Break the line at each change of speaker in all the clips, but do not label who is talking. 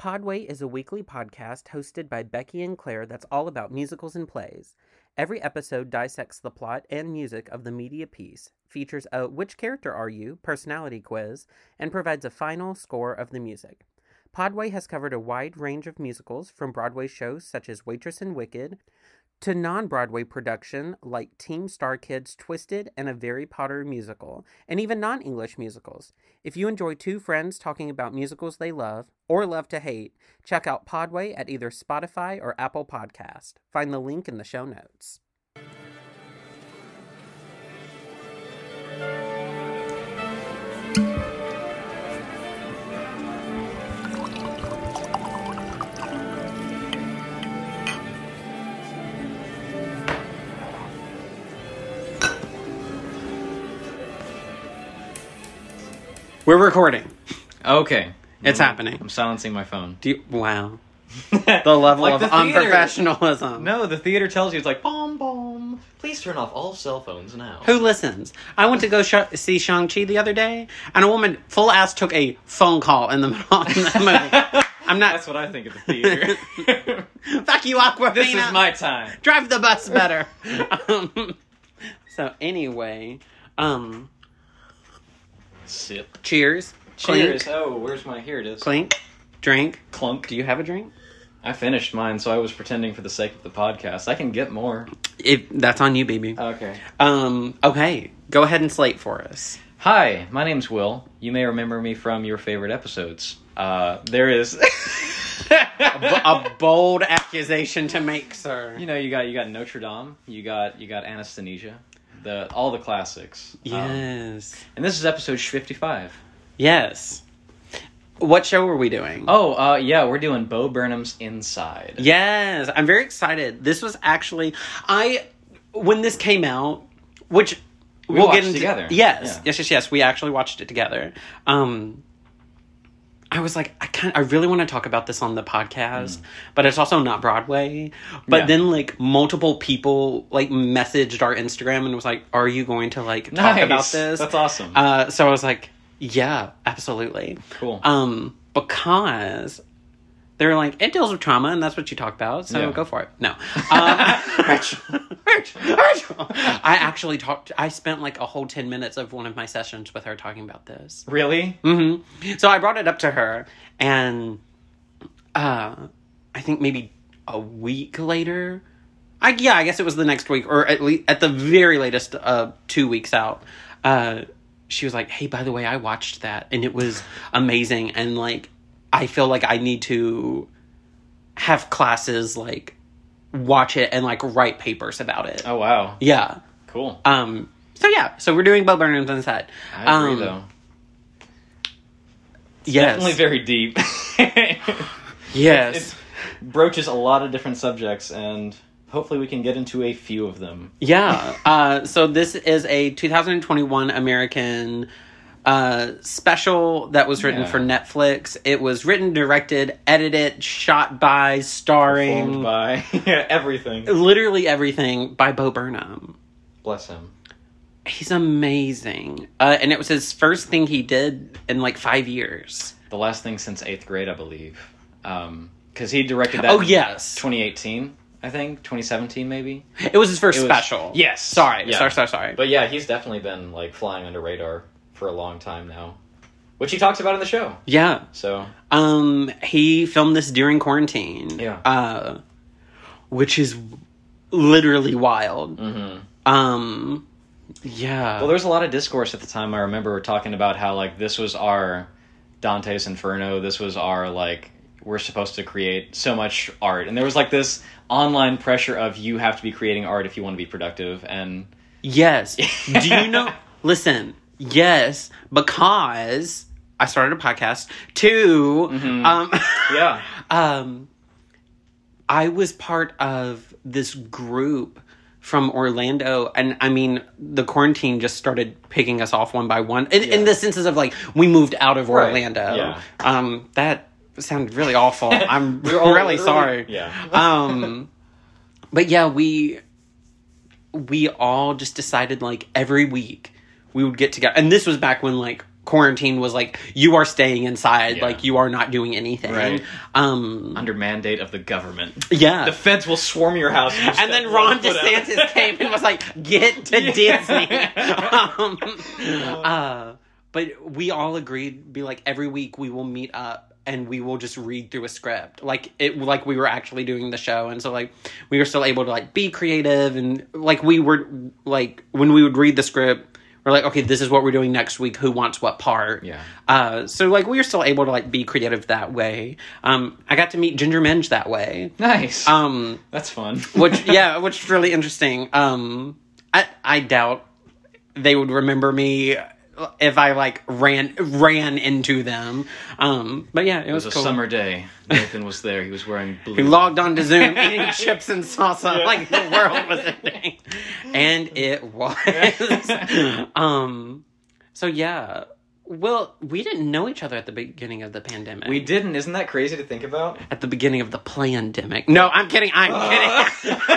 Podway is a weekly podcast hosted by Becky and Claire that's all about musicals and plays. Every episode dissects the plot and music of the media piece, features a Which Character Are You personality quiz, and provides a final score of the music. Podway has covered a wide range of musicals from Broadway shows such as Waitress and Wicked to non Broadway production like Team Star Kids Twisted and a Very Potter musical, and even non English musicals. If you enjoy two friends talking about musicals they love or love to hate, check out Podway at either Spotify or Apple Podcast. Find the link in the show notes. We're recording.
Okay.
It's happening.
I'm silencing my phone.
Do you, wow.
the
The level
Like
of
the theater.
unprofessionalism.
No, the theater tells you it's like bomb bomb. Please turn off all cell phones now.
Who listens? I went to go sh- see Shang-Chi the other day, and a woman full ass took a phone call in the middle of the movie. I'm not.
That's what I think of the theater.
Fuck you, Aquafina.
this is my time.
Drive the bus better. um, so, anyway, um,
Sip.
cheers.
Cheers.
Clink,
Oh, where's my here it is.
clink, drink.
Clunk.
Do you have a drink?
I finished mine, so I was pretending for the sake of the podcast. I can get more.
If that's on you, baby.
Okay.
Um, okay, go ahead and slate for us.
Hi, my name's Will. You may remember me from your favorite episodes. Uh, there is
a bold accusation to make, sir.
You know, you got you got Notre Dame, you got you got anesthesia, the all the classics. Um,
Yes.
and this is episode fifty five.
Yes. What show were we doing?
Oh, uh, yeah, we're doing Bo Burnham's Inside.
Yes, I'm very excited. This was actually I when this came out, which we will
watched
get into
together.
Yes,
Yeah.
yes, yes, yes. We actually watched it together. Um, I was like, I kind, I really want to talk about this on the podcast, but it's also not Broadway. But
Mm. Yeah.
then, like, multiple people like messaged our Instagram and was like, "Are you going to like talk
Nice.
about this?"
That's awesome.
Uh, so I was like, "Yeah, absolutely."
cool.
Um, because they're like, it deals with trauma, and that's what you talk about, so
Yeah.
go for it. No. Um, I actually talked, I spent like a whole 10 minutes of one of my sessions with her talking about this.
really?
hmm So I brought it up to her, and uh, I think maybe a week later, I, yeah, I guess it was the next week, or at least at the very latest, uh, two weeks out. Uh, she was like, "Hey, by the way, I watched that, and it was amazing, and like, I feel like I need to have classes like watch it and like write papers about it."
Oh wow.
Yeah.
Cool.
Um. So yeah. So we're doing Bo Burnham's inside.
I agree
um,
though.
Yes.
Definitely very deep.
yes.
It broaches a lot of different subjects and hopefully we can get into a few of them.
Yeah. Uh, so this is a 2021 American uh, special that was written
Yeah.
for Netflix. It was written, directed, edited, shot by, starring
Formed by yeah, everything.
literally everything by Bo Burnham.
Bless him.
He's amazing. Uh, and it was his first thing he did in like five years.
The last thing since eighth grade, I believe. Um 'cause because he directed that
Oh,
in
yes.
2018, I think. 2017 maybe.
It was his first
It was-
special.
Yes.
Sorry,
Yeah.
sorry, sorry, sorry.
But yeah, he's definitely been like flying under radar for a long time now, which he talks about in the show.
yeah.
So
Um, he filmed this during quarantine.
Yeah.
Uh, which is literally wild.
mm-hmm.
Um, yeah.
well, there was a lot of discourse at the time. I remember talking about how like this was our Dante's Inferno. This was our like we're supposed to create so much art, and there was like this online pressure of you have to be creating art if you want to be productive. And
yes. Do you know? Listen. Yes, because I started a podcast. 2
Mm-hmm.
Um,
yeah,
um, I was part of this group from Orlando, and I mean, the quarantine just started picking us off one by one. In, in
Yeah.
the senses of like, we moved out of
Right.
Orlando.
Yeah.
Um, that sounded really awful. I'm
We were all
really
literally-
sorry.
Yeah,
Um, but yeah, we we all just decided like every week we would get together, and this was back when like quarantine was like you are staying inside
Yeah.
like you are not doing anything
Right.
um
under mandate of the government.
yeah
The feds will swarm your house. if you step
and then
one
Ron
foot out.
DeSantis came and was like, "Get to Disney." um, uh, but we all agreed, be like, every week we will meet up and we will just read through a script, like it, like we were actually doing the show, and so like we were still able to like be creative and like we were like when we would read the script. We're like, okay, this is what we're doing next week. Who wants what part?
Yeah.
Uh, so like we were still able to like be creative that way. Um, I got to meet Ginger Minge that way.
Nice.
Um,
That's fun.
which yeah, which is really interesting. Um, I I doubt they would remember me if I like ran ran into them. Um, but yeah, it
It
was,
was a
cool.
summer day. Nathan was there. He was wearing blue.
We logged on to Zoom eating chips and salsa like the world was ending, and it was. um, so yeah, well, we didn't know each other at the beginning of the pandemic.
we didn't. Isn't that crazy to think about?
at the beginning of the pandemic. No, I'm kidding. I'm kidding.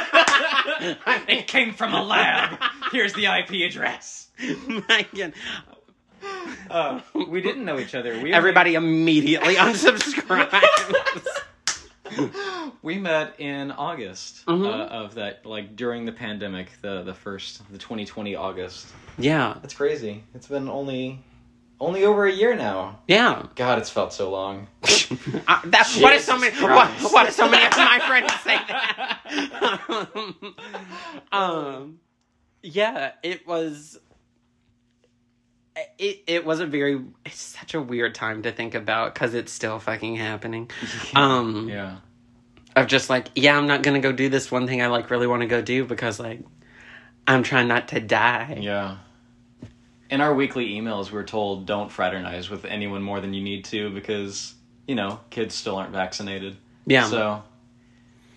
It came from a lab. Here's the IP address.
Megan,
Uh, we didn't know each other. We only-
Everybody immediately unsubscribes.
we met in August
Mhm.
uh, of that, like during the pandemic, the the first, the 2020 August.
yeah,
That's crazy. It's been only, only over a year now.
yeah.
God, it's felt so long.
I, that's why do so
Jesus
many? Why,
Christ.
why do so many of my friends say that? um, yeah, it was. It it was a very it's such a weird time to think about because it's still fucking happening. Um,
Yeah.
of just like yeah, I'm not gonna go do this one thing I like really want to go do because like I'm trying not to die.
Yeah. In our weekly emails, we're told don't fraternize with anyone more than you need to because, you know, kids still aren't vaccinated.
Yeah.
So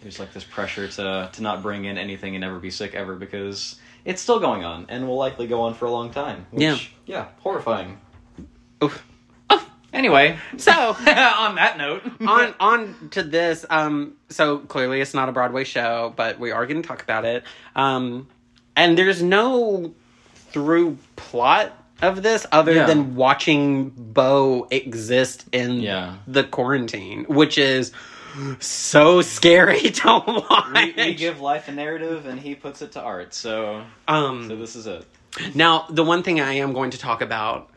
there's like this pressure to, to not bring in anything and never be sick ever because it's still going on and will likely go on for a long time. Which,
Yeah.
Yeah, horrifying.
Oof.
Anyway,
So
on that note,
on on to this. Um, so clearly it's not a Broadway show, but we are going to talk about it. Um, and there's no through plot of this other
Yeah.
than watching Bo exist in
Yeah.
the quarantine, which is so scary to watch.
we, we give life a narrative and he puts it to art. So,
um,
so this is it.
Now, the one thing I am going to talk about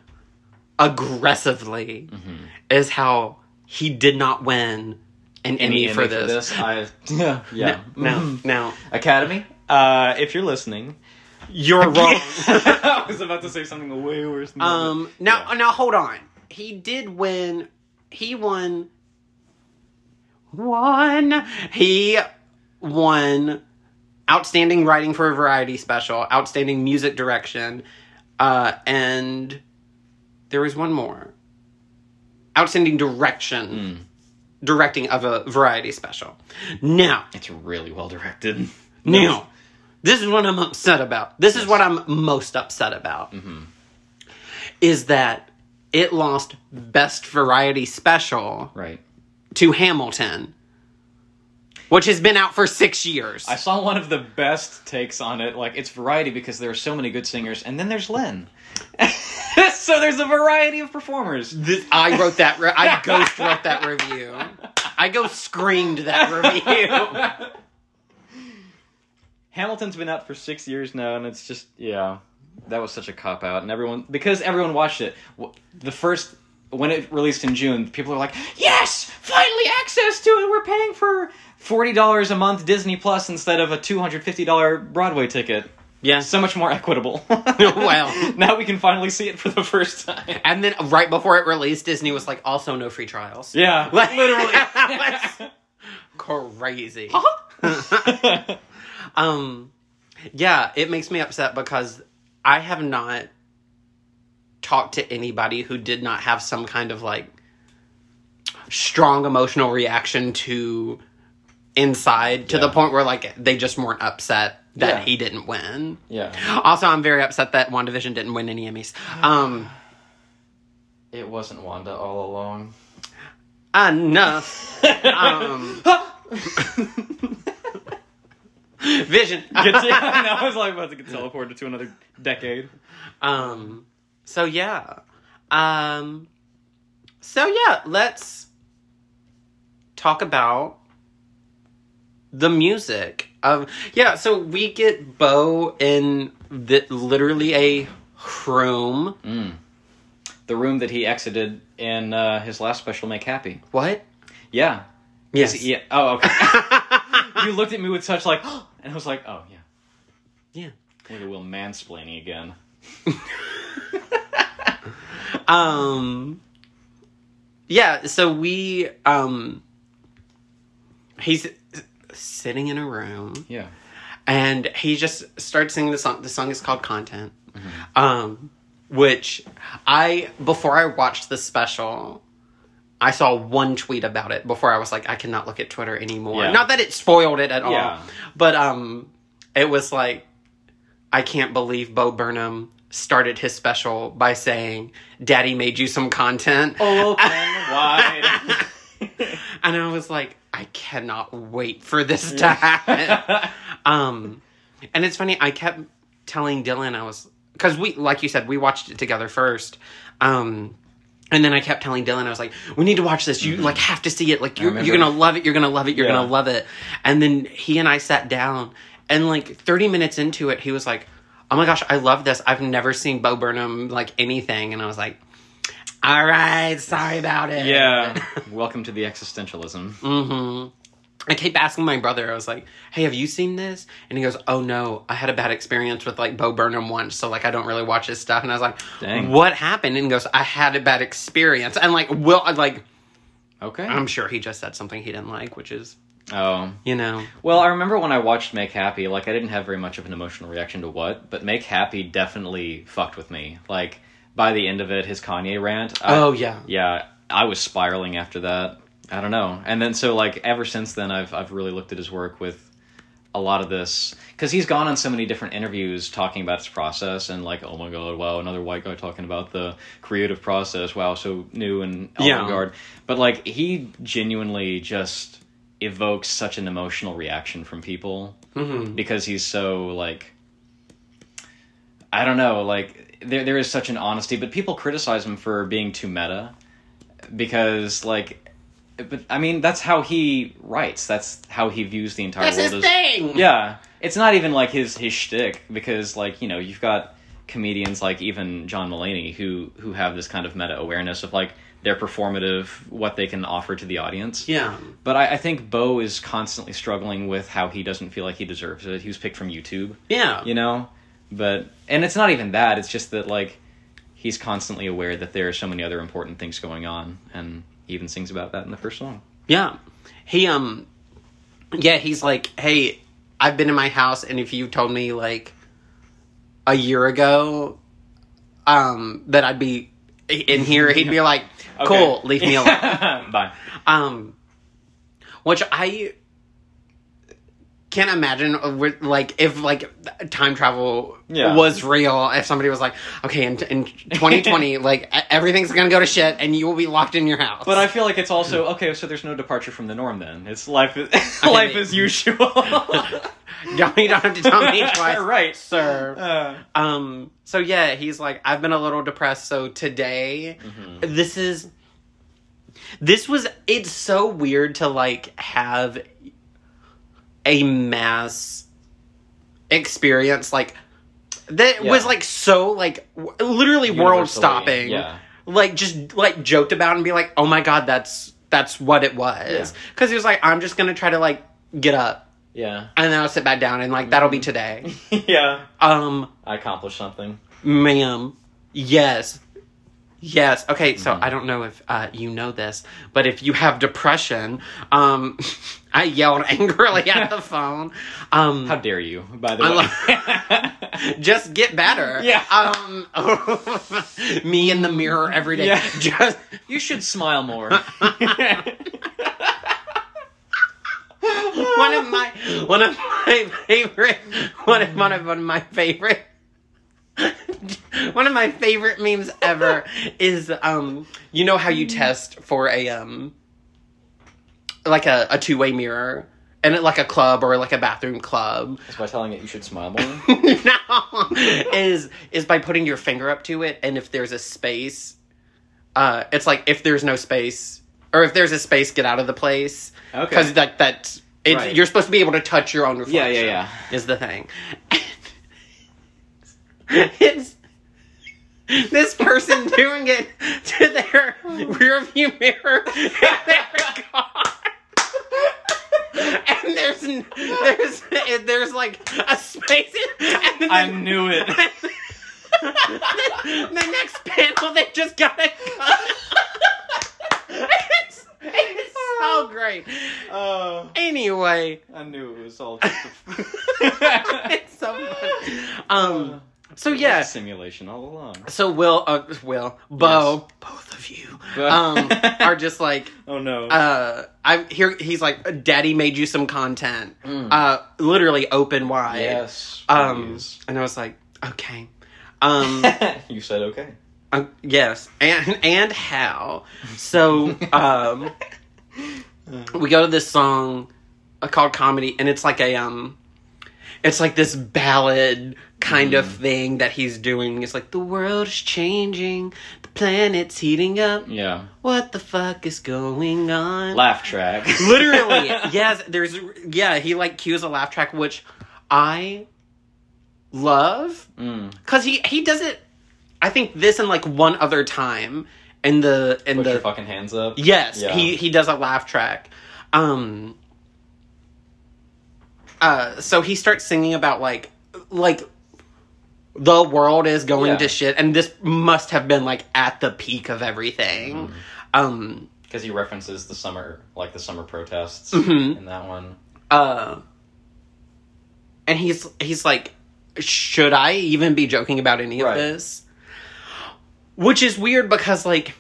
aggressively
Mm-hmm.
is how he did not win an Emmy, for, this.
I, yeah. yeah.
Now,
Mm-hmm.
now
Academy, uh, if you're listening,
you're wrong.
I was about to say something way worse. Than
um,
that.
now, now hold on. He did win. He won. One. He won outstanding writing for a variety special, outstanding music direction, uh, and there was one more. Outstanding direction, directing of a variety special. Now,
it's really well directed.
now, this is what I'm upset about. This is what I'm most upset about.
Mm-hmm.
Is that it lost Best Variety Special
right.
to Hamilton, which has been out for six years.
I saw one of the best takes on it. Like it's variety because there are so many good singers, and then there's Lynn. so there's a variety of performers.
This- I wrote that. Re- I ghost wrote that review. I ghost screamed that review.
Hamilton's been out for six years now, and it's just yeah, that was such a cop out, and everyone because everyone watched it. w- The first when it released in June, people were like, "Yes, finally access to it. We're paying for forty dollars a month Disney Plus instead of a two hundred fifty dollar Broadway ticket.
Yes.
So much more equitable.
Wow.
now we can finally see it for the first time.
And then right before it released, Disney was like, also no free trials.
Yeah,
Like-
literally.
Crazy. Um, yeah, it makes me upset because I have not talked to anybody who did not have some kind of like strong emotional reaction to inside to the
Yeah.
point where like they just weren't upset that
Yeah.
he didn't win.
yeah,
Also, I'm very upset that WandaVision didn't win any Emmys. Um,
it wasn't Wanda all along.
enough. Um, Vision.
I was like about to get teleported to another decade.
Um, so yeah, Um, so yeah, let's talk about the music. Um, yeah, so we get Bo in the, literally a room.
Mm. The room that he exited in uh, his last special, Make Happy.
What?
Yeah.
Yes.
Yeah. Oh, okay. you looked at me with such like, and I was like, oh yeah.
yeah.
Look at Will mansplaining again.
Um. Yeah. So we um. He's sitting in a room.
Yeah.
and he just starts singing the song. The song is called Content, um, which I before I watched the special, I saw one tweet about it before I was like, I cannot look at Twitter anymore.
Yeah.
Not that it spoiled it at
Yeah.
all, but um, it was like, I can't believe Bo Burnham started his special by saying, "Daddy made you some content."
Open wide.
and I was like, I cannot wait for this to happen. um, and it's funny, I kept telling Dylan, I was because we, like you said, we watched it together first. Um, and then I kept telling Dylan, I was like, "We need to watch this. You like have to see it. Like you're,
remember.
you're gonna love it. You're gonna love it. You're
Yeah.
gonna love it." And then he and I sat down, and like 30 minutes into it, he was like, "Oh my gosh, I love this. I've never seen Bo Burnham like anything." And I was like, "All right, sorry about it."
yeah. Welcome to the existentialism.
hmm I keep asking my brother, I was like, hey, have you seen this? And he goes, oh no, I had a bad experience with like Bo Burnham once, so like I don't really watch his stuff. And I was like,
Dang.
what happened? And he goes, I had a bad experience. And like, will, uh, like,
Okay.
I'm sure he just said something he didn't like, which is,
oh.
you know,
Well, I remember when I watched Make Happy, like I didn't have very much of an emotional reaction to what, but Make Happy definitely fucked with me. Like by the end of it, his Kanye rant. I,
oh yeah.
yeah, I was spiraling after that. I don't know. And then so like ever since then, I've I've really looked at his work with a lot of this because he's gone on so many different interviews talking about his process and like oh my god wow another white guy talking about the creative process wow so new and
Yeah.
avant-garde but like he genuinely just evokes such an emotional reaction from people
hmm
because he's so like I don't know, like there there is such an honesty, but people criticize him for being too meta because like but I mean that's how he writes. That's how he views the entire
That's
world
his
as
thing.
yeah, it's not even like his his shtick because like you know you've got comedians like even John Mulaney who who have this kind of meta awareness of like their performative what they can offer to the audience.
Yeah.
But I, I think Bo is constantly struggling with how he doesn't feel like he deserves it. He was picked from YouTube,
Yeah.
you know? But, and it's not even that, it's just that, like, he's constantly aware that there are so many other important things going on, and he even sings about that in the first song.
Yeah. He um yeah, he's like, "Hey, I've been in my house and if you told me like a year ago um that I'd be i- in here, he'd be like, "Cool,
Okay.
leave me alone."
Bye.
um which I can't imagine uh, with- like if like th- time travel
Yeah.
was real if somebody was like okay in, in 2020 like e- everything's gonna go to shit and you will be locked in your house
But I feel like it's also, okay, so there's no departure from the norm then. It's life, is life as usual.
don't, you don't have to tell me twice
right.
sir
Uh,
Um, so yeah, he's like, I've been a little depressed, so today
Mm-hmm.
this is this was it's so weird to like have a mass experience like that
Yeah.
was like so like w- literally world
universally,
stopping
Yeah.
like just like joked about and be like oh my god that's that's what it was because he was like i'm just gonna try to like get up
Yeah.
and then i'll sit back down and like that'll
Mm-hmm.
be today
yeah.
um
I accomplished something.
ma'am yes yes okay so
Mm-hmm.
i don't know if uh, you know this but if you have depression um i yelled angrily at the phone um
How dare you, by the
I
way.
just get better
Yeah.
um me in the mirror every day
Yeah.
just
you should smile more.
one of my one of my favorite one of one of, one of my favorite one of my favorite memes ever is um you know how you test for a um like a, a two-way mirror and it like a club or like a bathroom club
Just by telling it you should smile more.
no is is by putting your finger up to it and if there's a space uh, it's like if there's no space or if there's a space, get out of the place.
Okay.
Because like that, it,
Right.
you're supposed to be able to touch your own reflection.
Yeah, yeah, yeah.
Is the thing. it's this person doing it to their rearview mirror in their car. And there's n- there's and there's like a space, in, and then
I knew it.
the next panel, they just got a gun. it's, it's so great.
Oh,
Anyway,
I knew it was all just
it's so funny. Um,
Oh,
so yeah,
simulation all along.
so Will, uh, Will, Bo, both of you,
Bo.
um, are just like,
Oh no.
uh, I here. He's like, Daddy made you some content,
Mm.
uh, literally open wide.
yes.
Um,
please.
and I was like, okay, um.
you said okay.
Um, yes, and and how? So um, we go to this song uh, called "Comedy," and it's like a um, it's like this ballad kind of thing that he's doing. It's like the world is changing, the planet's heating up.
Yeah.
What the fuck is going on?
Laugh track.
Literally, yes. There's yeah. He like cues a laugh track, which I love
Mm.
because he he does it. I think this and like one other time in the in
Put
the
your fucking hands up.
yes
Yeah.
he he does a laugh track. Um. Uh, so he starts singing about like like the world is going
Yeah.
to shit, and this must have been like at the peak of everything.
Mm-hmm.
Um.
Because he references the summer, like the summer protests
Mhm.
in that one.
uh and he's he's like should i even be joking about any
Right.
of this which is weird because like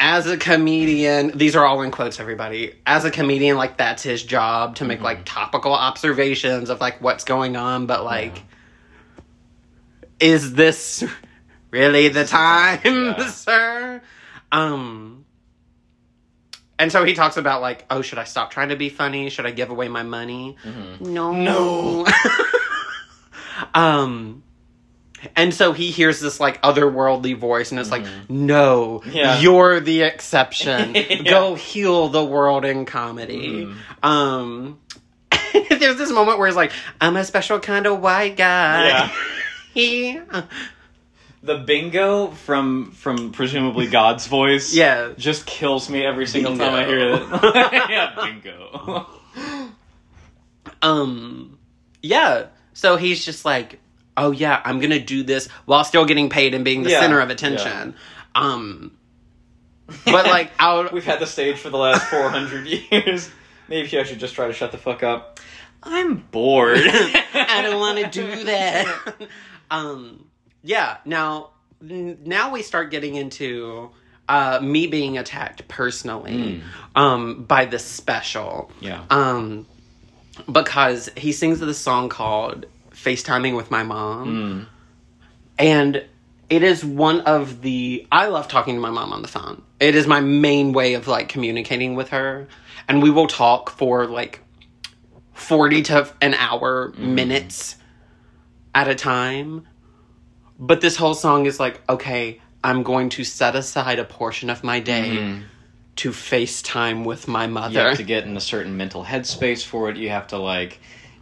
as a comedian these are all in quotes everybody as a comedian like that's his job to make like topical observations of like what's going on but like is this really the time
Yeah.
sir um and so he talks about like oh should i stop trying to be funny should i give away my money
Mhm.
no no um and so he hears this like otherworldly voice and it's like no
Mm-hmm. Yeah.
you're the exception
Yeah. Mm-hmm.
go heal the world in comedy um there's this moment where he's like i'm a special kind of white guy
Yeah.
he uh,
The bingo from from presumably God's voice.
yeah
Just kills me every single time I hear
Bingo.
it. yeah, bingo.
um yeah so he's just like oh yeah i'm gonna do this while still getting paid and being the
Yeah,
center of
yeah.
attention um but like out
We've had the stage for the last 400 years. Maybe I should just try to shut the fuck up. I'm bored.
i don't want to do that um yeah now n- now we start getting into uh me being attacked personally
Mm.
um by this special
Yeah.
um because he sings this song called facetiming with my mom
Mm.
and it is one of the i love talking to my mom on the phone it is my main way of like communicating with her and we will talk for like 40 to an hour
Mm.
minutes at a time but this whole song is like okay i'm going to set aside a portion of my day
Mm-hmm.
to facetime with my
You
mother
have to get in a certain mental headspace for it. You have to, like.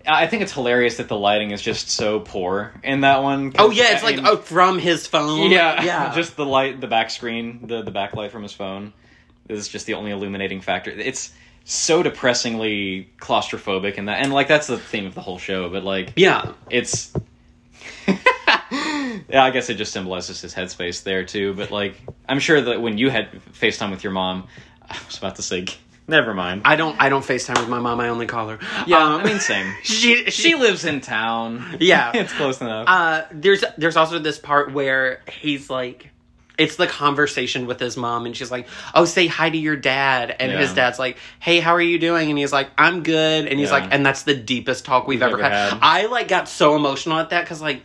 I I think it's hilarious that the lighting is just so poor in that one. 'cause,
oh yeah it's
I
like
mean,
oh from his phone
Yeah,
yeah
just the light, the back screen, the the backlight from his phone is just the only illuminating factor. It's so depressingly claustrophobic in that, and like that's the theme of the whole show. But like,
yeah
it's yeah, I guess it just symbolizes his headspace there too. But like, I'm sure that when you had FaceTime with your mom, I was about to say, never mind.
i don't i don't facetime with my mom i only call her
yeah,
Um,
I mean, same.
she
She lives in town.
Yeah.
it's close enough.
uh there's there's also this part where he's like it's the conversation with his mom and she's like oh say hi to your dad and his
Yeah.
dad's like hey how are you doing and he's like i'm good and he's
Yeah.
like and that's the deepest talk we've, ever
ever
had.
had.
i like got so emotional at that because like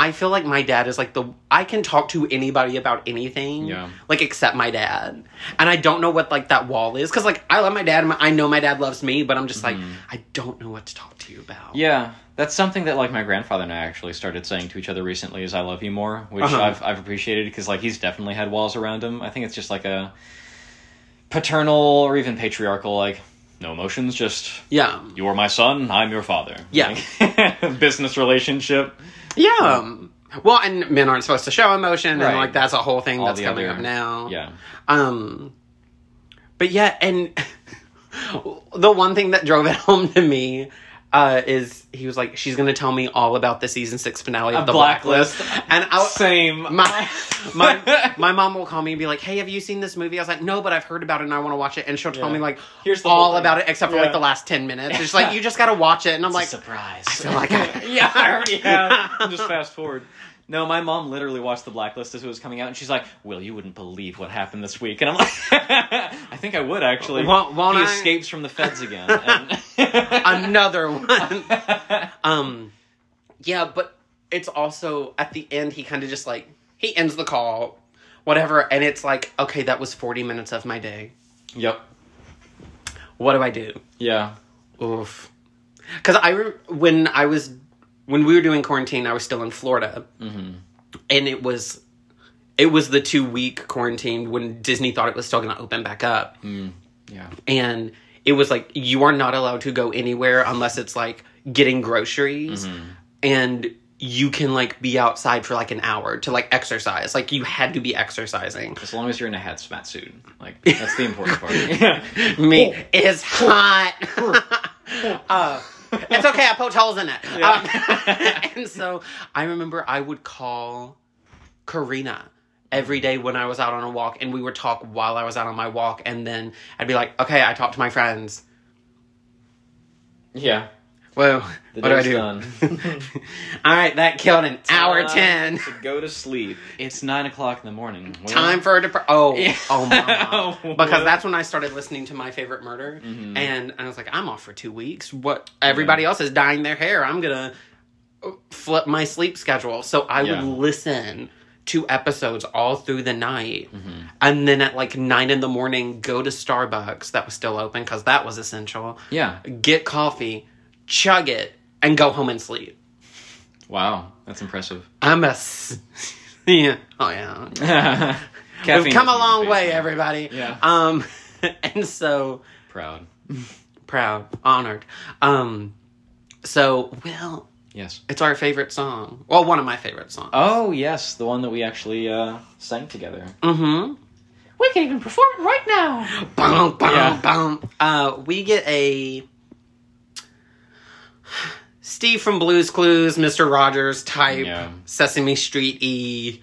I feel like my dad is like the I can talk to anybody about anything,
Yeah.
like except my dad, and I don't know what like that wall is because like I love my dad, and my, I know my dad loves me, but I'm just like I don't know what to talk to you about.
Mm-hmm. Yeah, that's something that like my grandfather and I actually started saying to each other recently is "I love you more," which
Uh-huh.
I've I've appreciated because like he's definitely had walls around him. I think it's just like a paternal or even patriarchal like no emotions, just
yeah,
you are my son, I'm your father.
Yeah.
Like, business relationship.
yeah. Um, Well, and men aren't supposed to show emotion,
Right.
and like that's a whole thing
all
that's
the
coming
other-
up now.
Yeah,
Um, but yeah, and the one thing that drove it home to me uh, is he was like, "She's gonna tell me all about the season six finale of
A
the
Blacklist.
Blacklist,", and I.
same.
My my my mom will call me and be like, "Hey, have you seen this movie?" I was like, "No, but I've heard about it and I want to watch it." And she'll tell
Yeah.
me like,
Here's the whole
all
thing.
about it except for
Yeah.
like the last ten minutes." It's just like you just gotta watch it, and I'm like,
surprise.
I feel like I-
yeah, I already have. Just fast forward. No, my mom literally watched The Blacklist as it was coming out, and she's like, "Will, you wouldn't believe what happened this week." And I'm like, "I think I would actually."
Won't- won't
he
I?
escapes from the feds again. and-
another one. um, yeah, but it's also at the end he kind of just like he ends the call, whatever, and it's like okay, that was forty minutes of my day.
yep.
What do I do?
Yeah.
Oof. Because I re- when I was when we were doing quarantine, I was still in Florida, and it was it was the two week quarantine when Disney thought it was still going to open back up.
Yeah.
and it was like you are not allowed to go anywhere unless it's like getting groceries
Mm-hmm.
and you can like be outside for like an hour to like exercise like you had to be exercising
As long as you're in a hazmat suit, like that's the important part. Yeah.
me
Oh.
is hot uh, it's okay i poked holes in it um, and so i remember i would call Karina every day when I was out on a walk, and we would talk while I was out on my walk. And then I'd be like, okay, I talked to my friends.
yeah.
Well,
The
what do I
day's
do?
done.
All right, that killed an hour ten.
Time to go to sleep. It's nine o'clock in the morning. Well,
Time for a dep- oh oh my
Oh, Mm-hmm.
because
what?
that's when I started listening to my favorite murder and I was like I'm off for two weeks what everybody else is dyeing their hair I'm gonna uh, flip my sleep schedule so I
Yeah.
would listen to episodes all through the night
Mm-hmm.
and then at like nine in the morning go to Starbucks that was still open because that was essential
Yeah.
get coffee chug it and go home and sleep
Wow, that's impressive.
I'm a s- yeah oh yeah
Caffeine
We've come a
doesn't
long
phase
way,
me.
everybody.
Yeah.
Um, and so
Proud.
proud, honored. Um, so well,
Yes.
it's our favorite song. Well, one of my favorite songs.
Oh yes, the one that we actually uh, sang together.
Mm-hmm.
We can even perform it right now.
Boom, boom,
Yeah.
boom. Uh, we get a Steve from Blues Clues, Mr. Rogers type
Yeah.
Sesame Street e.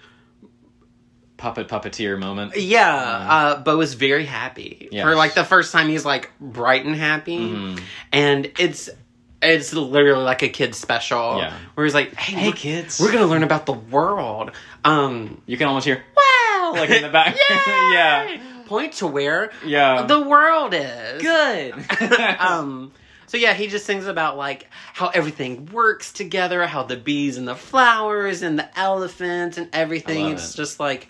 Puppet puppeteer moment.
Yeah, uh, Bo is very happy
Um, Yes. Mm-hmm.
for like the first time. He's like bright and happy, and it's it's literally like a kid's special
Yeah.
where he's like, "Hey,
Hey
we're-
kids,
we're gonna learn about the world." Um,
You can almost hear
wow,
like in the back. yeah.
point to where
Yeah.
the world is
Oh, good.
um so yeah he just sings about like how everything works together how the bees and the flowers and the elephants and
I
everything
love
it's
it.
just like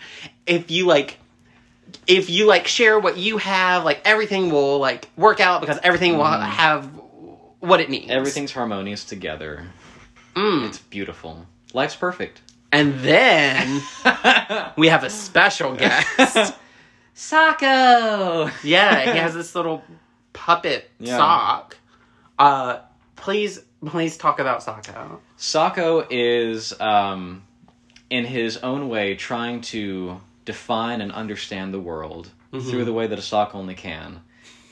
if you like if you like share what you have like everything will like work out because everything will
Mm-hmm.
have what it needs
Everything's harmonious together.
Mm.
It's beautiful. Life's perfect.
and then we have a special guest
Sako.
yeah he has this little puppet
Yeah.
sock uh please please talk about socko
Sako is, um, in his own way, trying to define and understand the world through the way that a sock only can,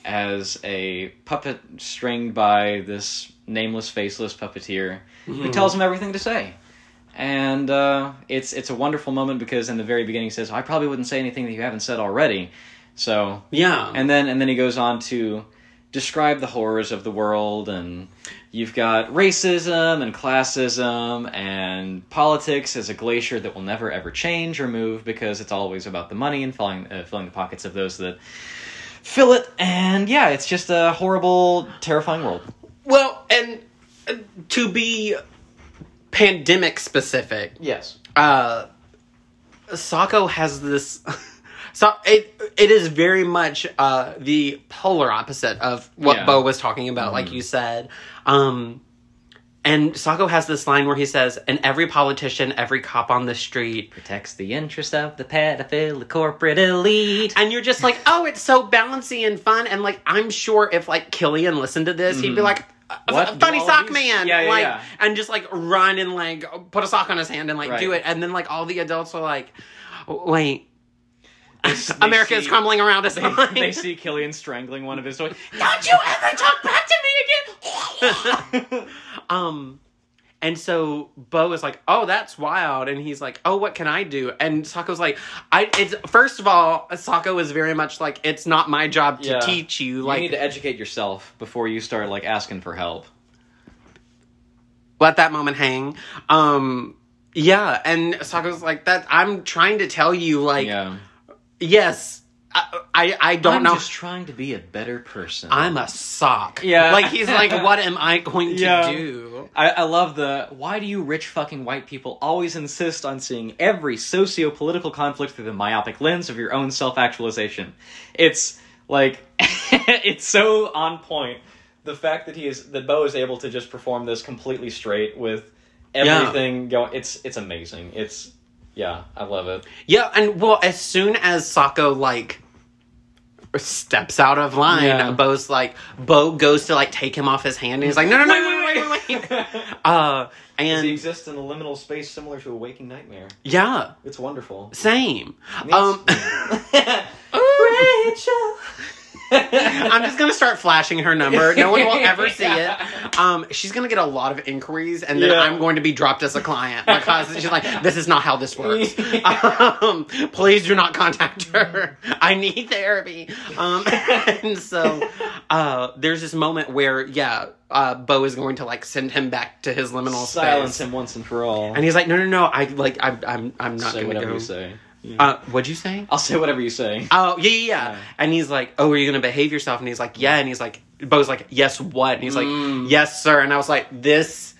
as a puppet stringed by this nameless, faceless puppeteer who tells him everything to say. And uh, it's it's a wonderful moment because in the very beginning he says, "I probably wouldn't say anything that you haven't said already." So
yeah
and then and then he goes on to describe the horrors of the world and you've got racism and classism and politics as a glacier that will never ever change or move because it's always about the money and filling, uh, filling the pockets of those that fill it and yeah it's just a horrible terrifying world
Well, and uh, to be pandemic specific.
Yes.
Uh, Sako has this. So it it is very much uh, the polar opposite of what
Yeah.
Bo was talking about, like you said. Um, and Sako has this line where he says, "And every politician, every cop on the street."
Protects the interest of the pedophile corporate elite.
And you're just like, oh, it's so bouncy and fun. And like, I'm sure if like Killian listened to this, he'd be like, "A-
Mm-hmm. What
a
do
funny
all
sock
these-
man.
Yeah, yeah,
like,
yeah.
and just like run and like put a sock on his hand and like do
Right.
it. And then like all the adults are like, wait,
s- they
America is
see-
crumbling around us.
They, they see Killian strangling one of his.
Don't you ever talk back to me again? um, and so Bo is like, "Oh, that's wild," and he's like, "Oh, what can I do?" And Sako's like, "I." It's first of all, Sako is very much like, "It's not my job to
Yeah.
teach you."
You
Like,
need to educate yourself before you start like asking for help.
let that moment hang. Um, yeah, and Sako's like, "That I'm trying to tell you, like,
yeah.
yes, I, I, I don't
I'm
know."
just trying to be a better person.
I'm a sock.
Yeah.
Like he's like, what am I going to
Yeah.
do?
I, I love the why do you rich fucking white people always insist on seeing every socio political conflict through the myopic lens of your own self actualization? It's like it's so on point. The fact that he is that Bo is able to just perform this completely straight with
Yeah.
everything going it's it's amazing. It's yeah, I love it.
Yeah, and well, as soon as Sako like steps out of line,
Yeah.
Bo's like Bo goes to like take him off his hand, and he's like, no, no, no, wait, wait, wait, wait. uh,
he
and
exists in a liminal space similar to a waking nightmare.
yeah,
It's wonderful.
same. Um,
Rachel.
I'm just gonna start flashing her number. No one will ever see it. Um, she's gonna get a lot of inquiries, and then
Yeah.
I'm going to be dropped as a client because she's like, "This is not how this works." Um, please do not contact her. I need therapy. Um, and so uh, there's this moment where, yeah, uh, Bo is going to like send him back to his liminal
Silence
space,
him once and for all.
and he's like, "No, no, no. I like, I, I'm, I'm not
say
gonna
whatever
go."
you say.
Uh, what'd you say?
I'll say whatever you say.
Oh yeah, yeah, yeah.
Yeah.
And he's like, "Oh, are you gonna behave yourself?" And he's like, "Yeah." And he's like, "Bo's like, yes, what?" And he's like,
Mm.
"Yes, sir." And I was like, "This."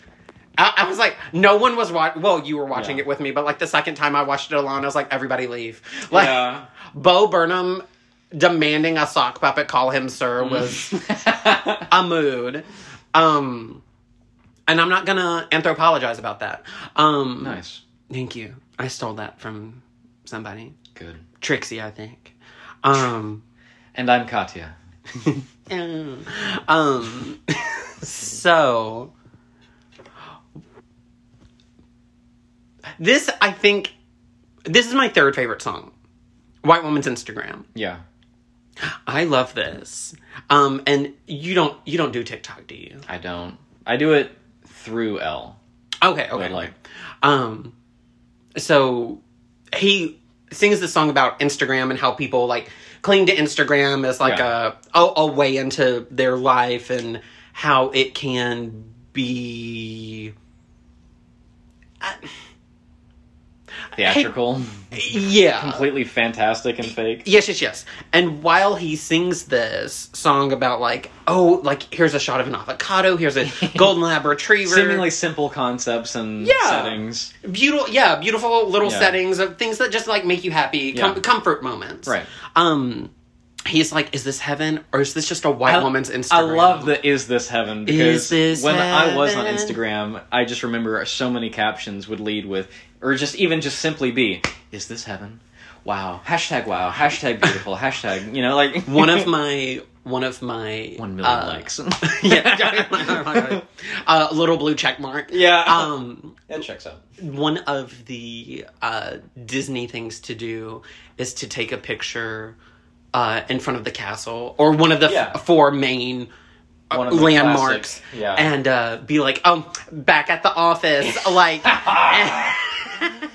I, I was like, "No one was watching." Well, you were watching
Yeah.
it with me, but like the second time I watched it alone, I was like, "Everybody leave!" Like,
yeah.
Bo Burnham demanding a sock puppet call him
Mm.
sir was a mood. Um, and I'm not gonna anthropologize about that. Um,
nice.
Thank you. I stole that from somebody,
Good.
Trixie, I think. Um.
And I'm Katya.
um so this i think this is my third favorite song white woman's instagram
Yeah.
i love this um and you don't you don't do tiktok do you
I don't. I do it through L.
okay okay
But like,
um so he sings this song about instagram and how people like cling to instagram as like
Yeah.
a, a a way into their life and how it can be
theatrical,
yeah
completely fantastic and fake.
Yes, yes, yes. And while he sings this song about like, oh, like here's a shot of an avocado, here's a golden lab retriever,
Seemingly simple concepts and
Yeah.
settings.
beautiful, yeah, beautiful little
Yeah.
settings of things that just like make you happy, com-
Yeah.
comfort moments,
Right.
Um, he's like, is this heaven or is this just a white
I-
woman's Instagram?
I love the "Is this heaven?" because
this
when I was on
heaven?
Instagram, I just remember so many captions would lead with, or just even just simply be, "Is this heaven?" Wow. Hashtag wow. Hashtag beautiful. Hashtag you know like
one of my one of my
one million
uh,
likes.
yeah, uh, little blue check mark.
yeah.
Um,
it checks out.
one of the uh, Disney things to do is to take a picture uh, in front of the castle or one of the f-
Yeah.
four main uh,
One of the
landmarks,
classic- yeah.
and uh, be like, "Oh, back at the office," like. and-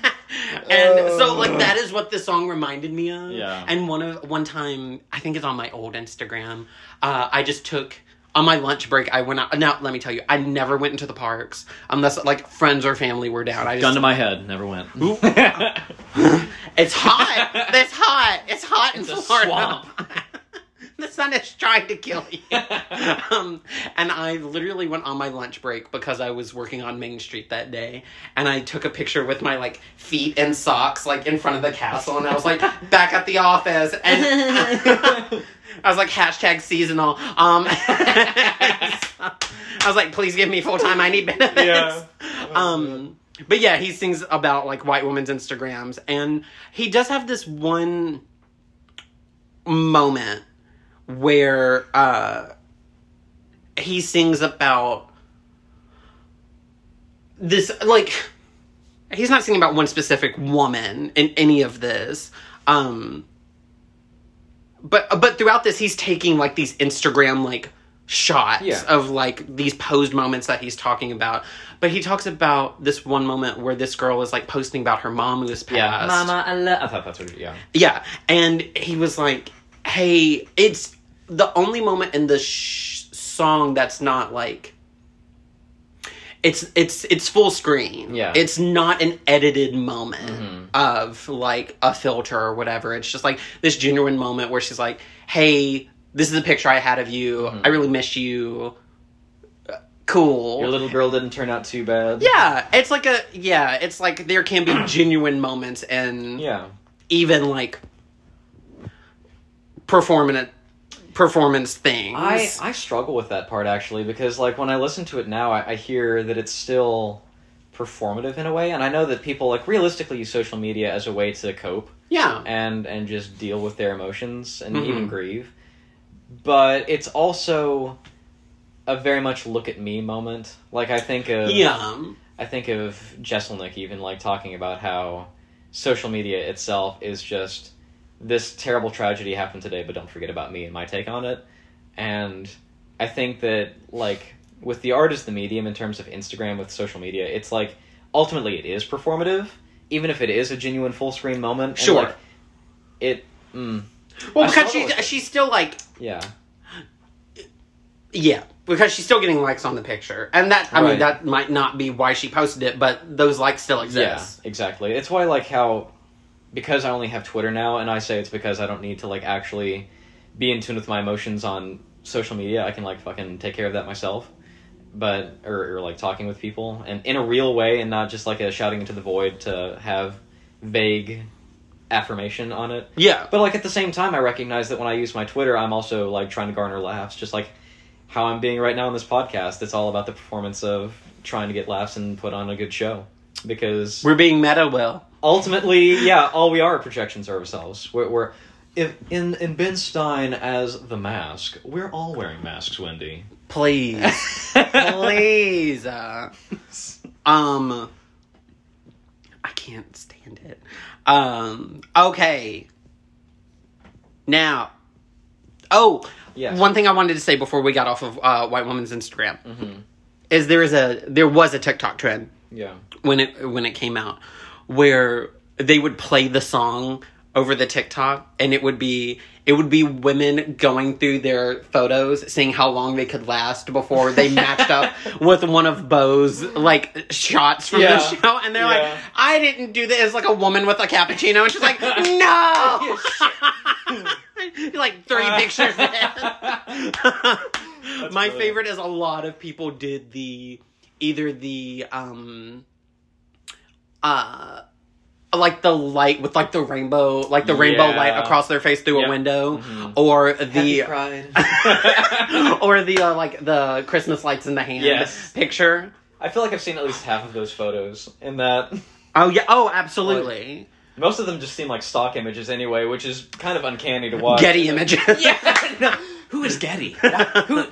And so, like that is what this song reminded me of.
Yeah.
And one of one time, I think it's on my old Instagram. Uh, I just took on my lunch break. I went out. Now, let me tell you, I never went into the parks unless like friends or family were down. I just
Gun to my head. Never went.
it's hot. it's hot. It's hot in
a
Florida.
swamp.
the sun is trying to kill you. um, and I literally went on my lunch break because I was working on Main Street that day, and I took a picture with my like feet and socks like in front of the castle, and I was like back at the office, and I was like hashtag seasonal. Um, I was like, please give me full time. I need benefits.
Yeah.
Um, but yeah, he sings about like white women's Instagrams, and he does have this one moment where uh, he sings about this like he's not singing about one specific woman in any of this um but but throughout this he's taking like these instagram like shots
Yeah.
of like these posed moments that he's talking about but he talks about this one moment where this girl is like posting about her mom who has passed
Yeah, Mama, I love. I thought that's what. It, yeah,
yeah, and he was like, "Hey, it's the only moment in the sh- song that's not like it's it's it's full screen.
Yeah.
it's not an edited moment
Mhm.
of like a filter or whatever. It's just like this genuine moment where she's like, "Hey, this is a picture I had of you. I really miss you. Uh, Cool.
your little girl didn't turn out too bad.
yeah, it's like a yeah, it's like there can be genuine moments and
yeah,
even like performance performance things.
I I struggle with that part actually because like when I listen to it now, I, I hear that it's still performative in a way, and I know that people like realistically use social media as a way to cope
yeah.
and and just deal with their emotions and
Mhm.
even grieve, but it's also a very much look at me moment. Like I think of
Yeah.
I think of Jesselnick even like talking about how social media itself is just this terrible tragedy happened today, but don't forget about me and my take on it. And I think that like with the art as the medium in terms of Instagram with social media, it's like ultimately it is performative, even if it is a genuine full screen moment. and,
Sure.
like, it. Mm,
Well,
I
because
struggle
she
with it.
she's still like
yeah.
yeah, because she's still getting likes on the picture, and that I mean
Right.
that might not be why she posted it, but those likes still exist.
Yeah, exactly. It's why like how because I only have Twitter now and I say it's because I don't need to like actually be in tune with my emotions on social media. I can like fucking take care of that myself. But or, or like talking with people and in a real way and not just like a shouting into the void to have vague affirmation on it.
Yeah.
But like at the same time, I recognize that when I use my Twitter, I'm also like trying to garner laughs, just like how I'm being right now on this podcast. It's all about the performance of trying to get laughs and put on a good show. Because
we're being meta. Will
ultimately, yeah, all we are are projections of ourselves. We're, we're if in in Ben Stein as the mask, we're all wearing masks, Wendy.
please, please. Uh, um, I can't stand it. Um, okay. Now, oh,
Yes.
One thing I wanted to say before we got off of uh, white woman's Instagram
Mm-hmm.
is there is a there was a TikTok trend
yeah.
when it when it came out where they would play the song over the TikTok and it would be it would be women going through their photos seeing how long they could last before they matched up with one of Bo's like shots from
Yeah.
the show and they're
Yeah.
like I didn't do this It's like a woman with a cappuccino and she's like no like
Uh.
three pictures in my
brilliant.
favorite is a lot of people did the either the um uh like the light with like the rainbow like the rainbow
Yeah. Mm-hmm.
light across their face through
Yep.
a window or the
pride.
or the uh, like the christmas lights in the hand
Yes.
picture
I feel like I've seen at least half of those photos, and that
oh yeah oh absolutely
most of them just seem like stock images anyway, which is kind of uncanny to watch.
getty images
Yeah. no. Who is Getty? Why, who?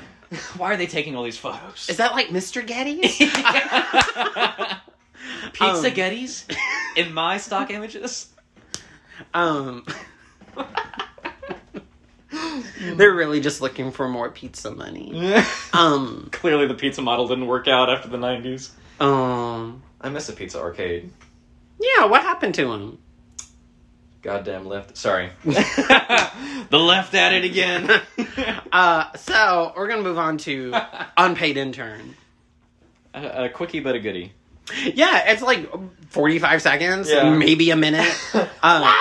Why are they taking all these photos?
is that like mr getty
Pizza
um,
Gettys in my stock images?
um they're really just looking for more pizza
Mm.
money um
Clearly, the pizza model didn't work out after the '90s.
Um.
I miss a pizza arcade.
Yeah, what happened to him?
Goddamn left. Sorry. the left at it again.
Uh, so we're gonna move on to unpaid intern.
a, a quickie but a goodie.
Yeah, it's like forty-five seconds,
Yeah.
Um, maybe a minute. Uh,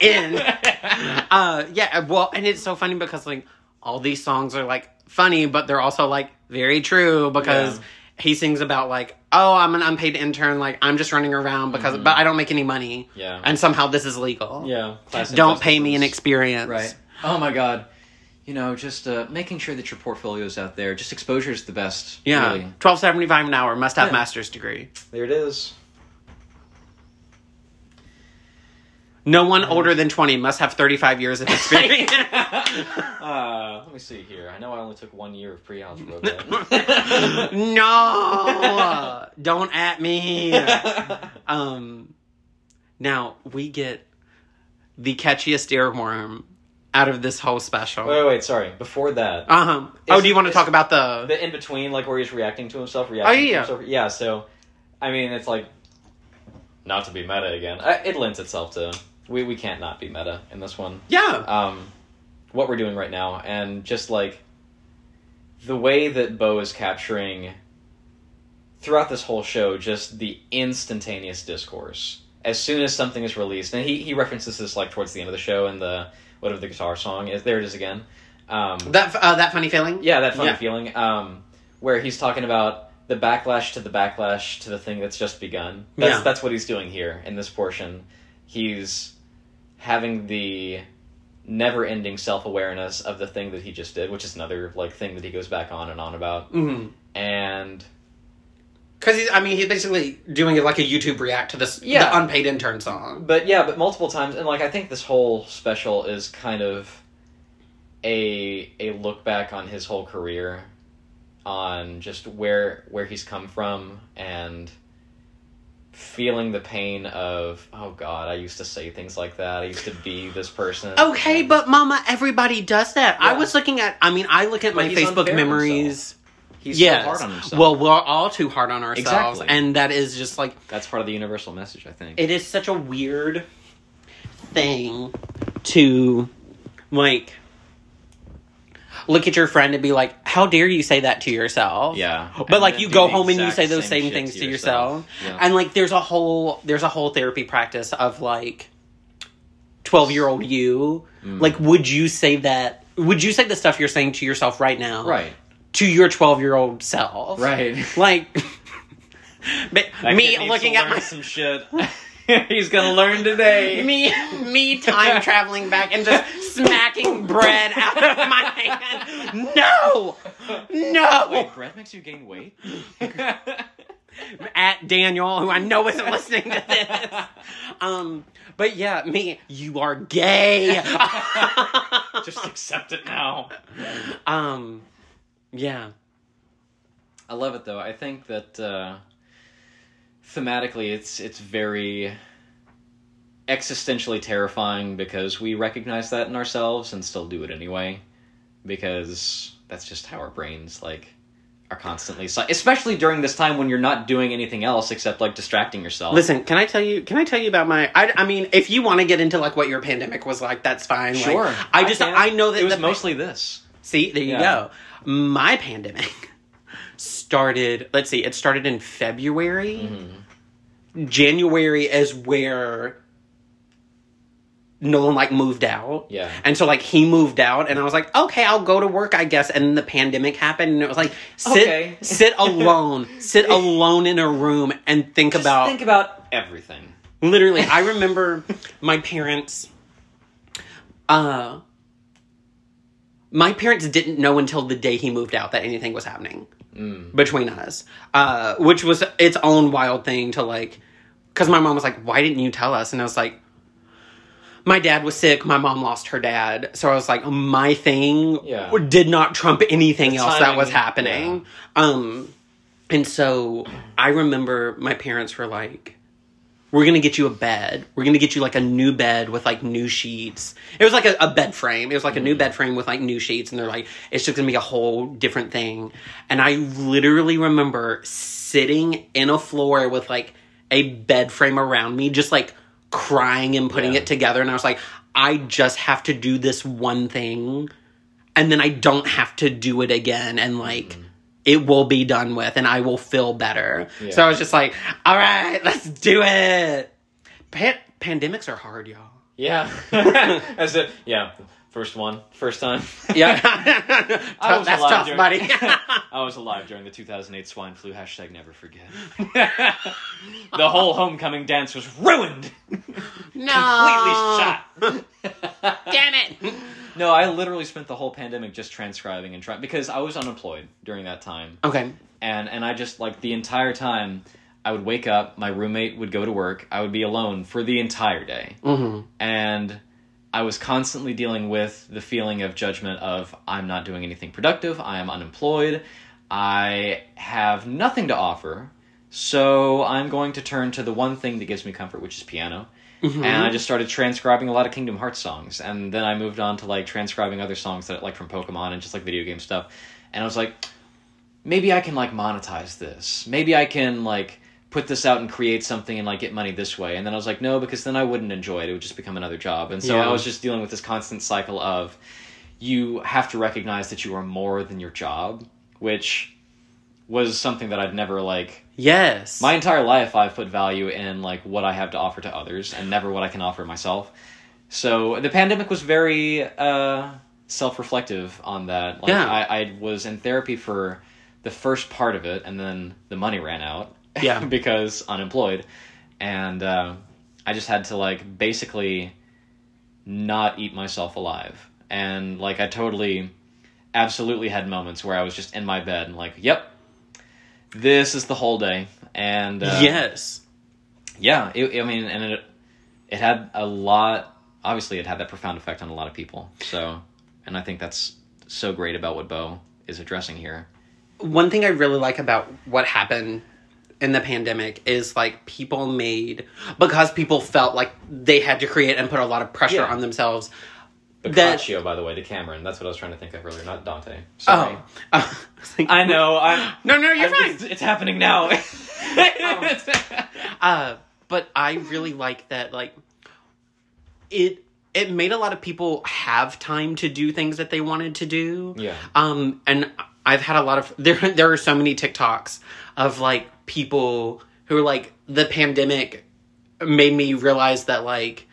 in. uh, yeah, well, and it's so funny because like all these songs are like funny, but they're also like very true because
Yeah.
he sings about like, oh, I'm an unpaid intern, like I'm just running around because, but I don't make any money,
Mm-hmm. Yeah.
and somehow this is legal.
yeah. Class
don't
infested
pay me an
with-
experience.
Right. Oh my god. You know, just uh, making sure that your portfolio's out there. Just exposure is the best.
Yeah,
really.
twelve seventy five an hour. Must have
Yeah.
master's degree.
There it is.
No one older than twenty must have thirty five years of experience.
uh, let me see here. I know I only took one year of pre-algebra. but-
no, don't at me. Um, now we get the catchiest earworm out of this whole special.
wait, wait, sorry. Before that,
Uh huh. Oh,
Is-
do you want to
is-
talk about the?
the in between, like where he's reacting to himself, reacting
Oh, yeah, yeah.
to himself. Yeah. So, I mean, it's like not to be meta again. Uh, it lends itself to we we can't not be meta in this one.
Yeah.
um, what we're doing right now, and just like the way that Bo is capturing throughout this whole show, just the instantaneous discourse as soon as something is released, and he he references this like towards the end of the show and the whatever the guitar song is. There it is again. Um,
That uh, that funny feeling.
yeah, that funny
Yeah.
feeling um, where he's talking about the backlash to the backlash to the thing that's just begun. That's
Yeah.
that's what he's doing here in this portion. He's having the never-ending self-awareness of the thing that he just did, which is another like thing that he goes back on and on about.
Mhm.
And
Cause he's, I mean, he's basically doing it like a YouTube react to this
Yeah.
the unpaid intern song.
but yeah, but multiple times, and like I think this whole special is kind of a a look back on his whole career, on just where where he's come from, and feeling the pain of oh god, I used to say things like that. I used to be this person.
Okay,
And
but Mama, everybody does that. I
Yeah.
was looking at. I mean, I look at
But
my
he's unfair
Facebook
to
memories.
he's
yes.
so hard on himself.
Well, we're all too hard on ourselves,
Exactly.
and that is just like
that's part of the universal message, I think.
it is such a weird thing to like look at your friend and be like how dare you say that to yourself
yeah,
but like you go home and you say those same, things to yourself, and like there's a whole there's a whole therapy practice of like 12 year old you
Mm.
like would you say that would you say the stuff you're saying to yourself right now
right,
to your 12 year old self
right.
like but
That
me
kid needs
looking
to
at
learn
my
some shit. He's gonna learn today.
me me time traveling back and just smacking bread out of my hand. No, no.
Wait, breath makes you gain weight.
At Daniel, who I know isn't listening to this. Um, but yeah, me. You are gay.
Just accept it now.
um, yeah.
I love it though. I think that uh, thematically, it's it's very existentially terrifying because we recognize that in ourselves and still do it anyway because that's just how our brains like are constantly si- especially during this time when you're not doing anything else except like distracting yourself
Listen, can I tell you? Can I tell you about my? I, I mean, if you want to get into like what your pandemic was like, that's fine. Like,
sure
I just
can.
I, know that
it was
the-
mostly this
See, there you
Yeah.
go. My pandemic started, let's see, it started in February.
Mm-hmm.
January is where Nolan like moved out.
Yeah.
And so like he moved out and I was like, okay, I'll go to work, I guess. And then the pandemic happened and it was like sit
Okay.
sit alone. sit alone in a room and think about
think about everything
Literally, I remember my parents. Uh, my parents didn't know until the day he moved out that anything was happening between us, uh, which was its own wild thing to like. Because my mom was like, "Why didn't you tell us?" And I was like, "My dad was sick. My mom lost her dad, so I was like, my thing
Yeah.
did not trump anything else that was
timing,
happening." Um, and so I remember my parents were like we're gonna get you a bed. We're gonna get you like a new bed with like new sheets. It was like a, a bed frame. It was like a new bed frame with like new sheets, and they're like, it's just gonna be a whole different thing. And I literally remember sitting in a floor with like a bed frame around me, just like crying and putting
Yeah.
it together. And I was like, I just have to do this one thing, and then I don't have to do it again. And like,
Mm.
it will be done with and I will feel better. So I was just like, all right, let's do it. Pan- pandemics are hard, y'all.
Yeah. As it, yeah, first one, first time.
Yeah. Tough-
I was
that's
alive
tough,
during-
buddy.
I was alive during the 2008 swine flu. Hashtag never forget. the whole homecoming dance was ruined.
no.
Completely shot.
Damn it.
no, I literally spent the whole pandemic just transcribing and trying because I was unemployed during that time.
Okay.
and and I just like the entire time I would wake up, my roommate would go to work, I would be alone for the entire day.
Mm-hmm.
And I was constantly dealing with the feeling of judgment of I'm not doing anything productive, I am unemployed, I have nothing to offer. So I'm going to turn to the one thing that gives me comfort, which is piano. And I just started transcribing a lot of Kingdom Hearts songs, and then I moved on to like transcribing other songs that like from Pokemon and just like video game stuff. And I was like, maybe I can like monetize this. Maybe I can like put this out and create something and like get money this way. And then I was like, no, because then I wouldn't enjoy it. It would just become another job. And so
Yeah.
I was just dealing with this constant cycle of you have to recognize that you are more than your job, which was something that I'd never like
Yes.
my entire life I've put value in like what I have to offer to others and never what I can offer myself. So the pandemic was very uh self-reflective on that. Like
Yeah.
I, I was in therapy for the first part of it and then the money ran out.
Yeah.
because unemployed. And uh, I just had to like basically not eat myself alive. And like I totally absolutely had moments where I was just in my bed and like, yep, this is the whole day. And uh,
yes.
yeah, it, I mean, and it it had a lot. Obviously, it had that profound effect on a lot of people. So, and I think that's so great about what Bo is addressing here.
One thing I really like about what happened in the pandemic is like people made because people felt like they had to create and put a lot of pressure
Yeah.
on themselves. That-
Boccaccio, by the way, to Cameron. That's what I was trying to think of earlier, not Dante. Sorry.
Oh. Oh.
I know. I'm,
no, no, you're
I'm-
fine.
It's, it's happening now.
Uh, but I really like that. Like it, it made a lot of people have time to do things that they wanted to do.
Yeah.
Um, and I've had a lot of there. There are so many TikToks of like people who are like the pandemic made me realize that like.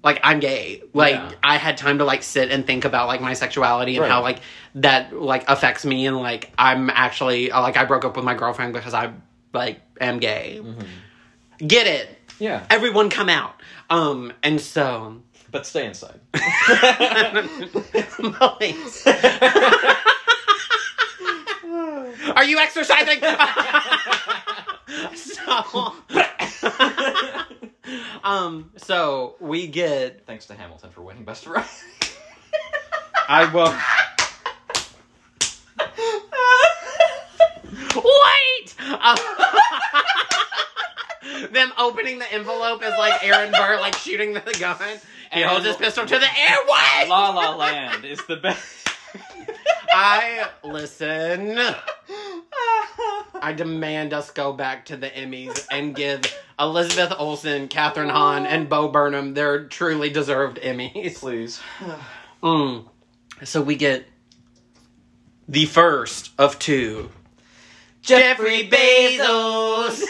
Like I'm gay. Like
Yeah.
I had time to like sit and think about like my sexuality and
Right.
how like that like affects me and like I'm actually uh, like I broke up with my girlfriend because I like am gay.
Mm-hmm.
Get it.
yeah,
Everyone come out. Um and so
but stay inside.
Nice. Are you exercising? so Um so we get
Thanks to Hamilton for winning Best Variety.
I will Wait! Uh, them opening the envelope is like Aaron Burr, like shooting the gun. He holds his pistol to the airway.
La La Land is the best.
I listen. I demand us go back to the Emmys and give Elizabeth Olsen, Katherine Hahn, and Bo Burnham their truly deserved Emmys.
Please.
Mm. So we get the first of two. Jeffrey Bezos,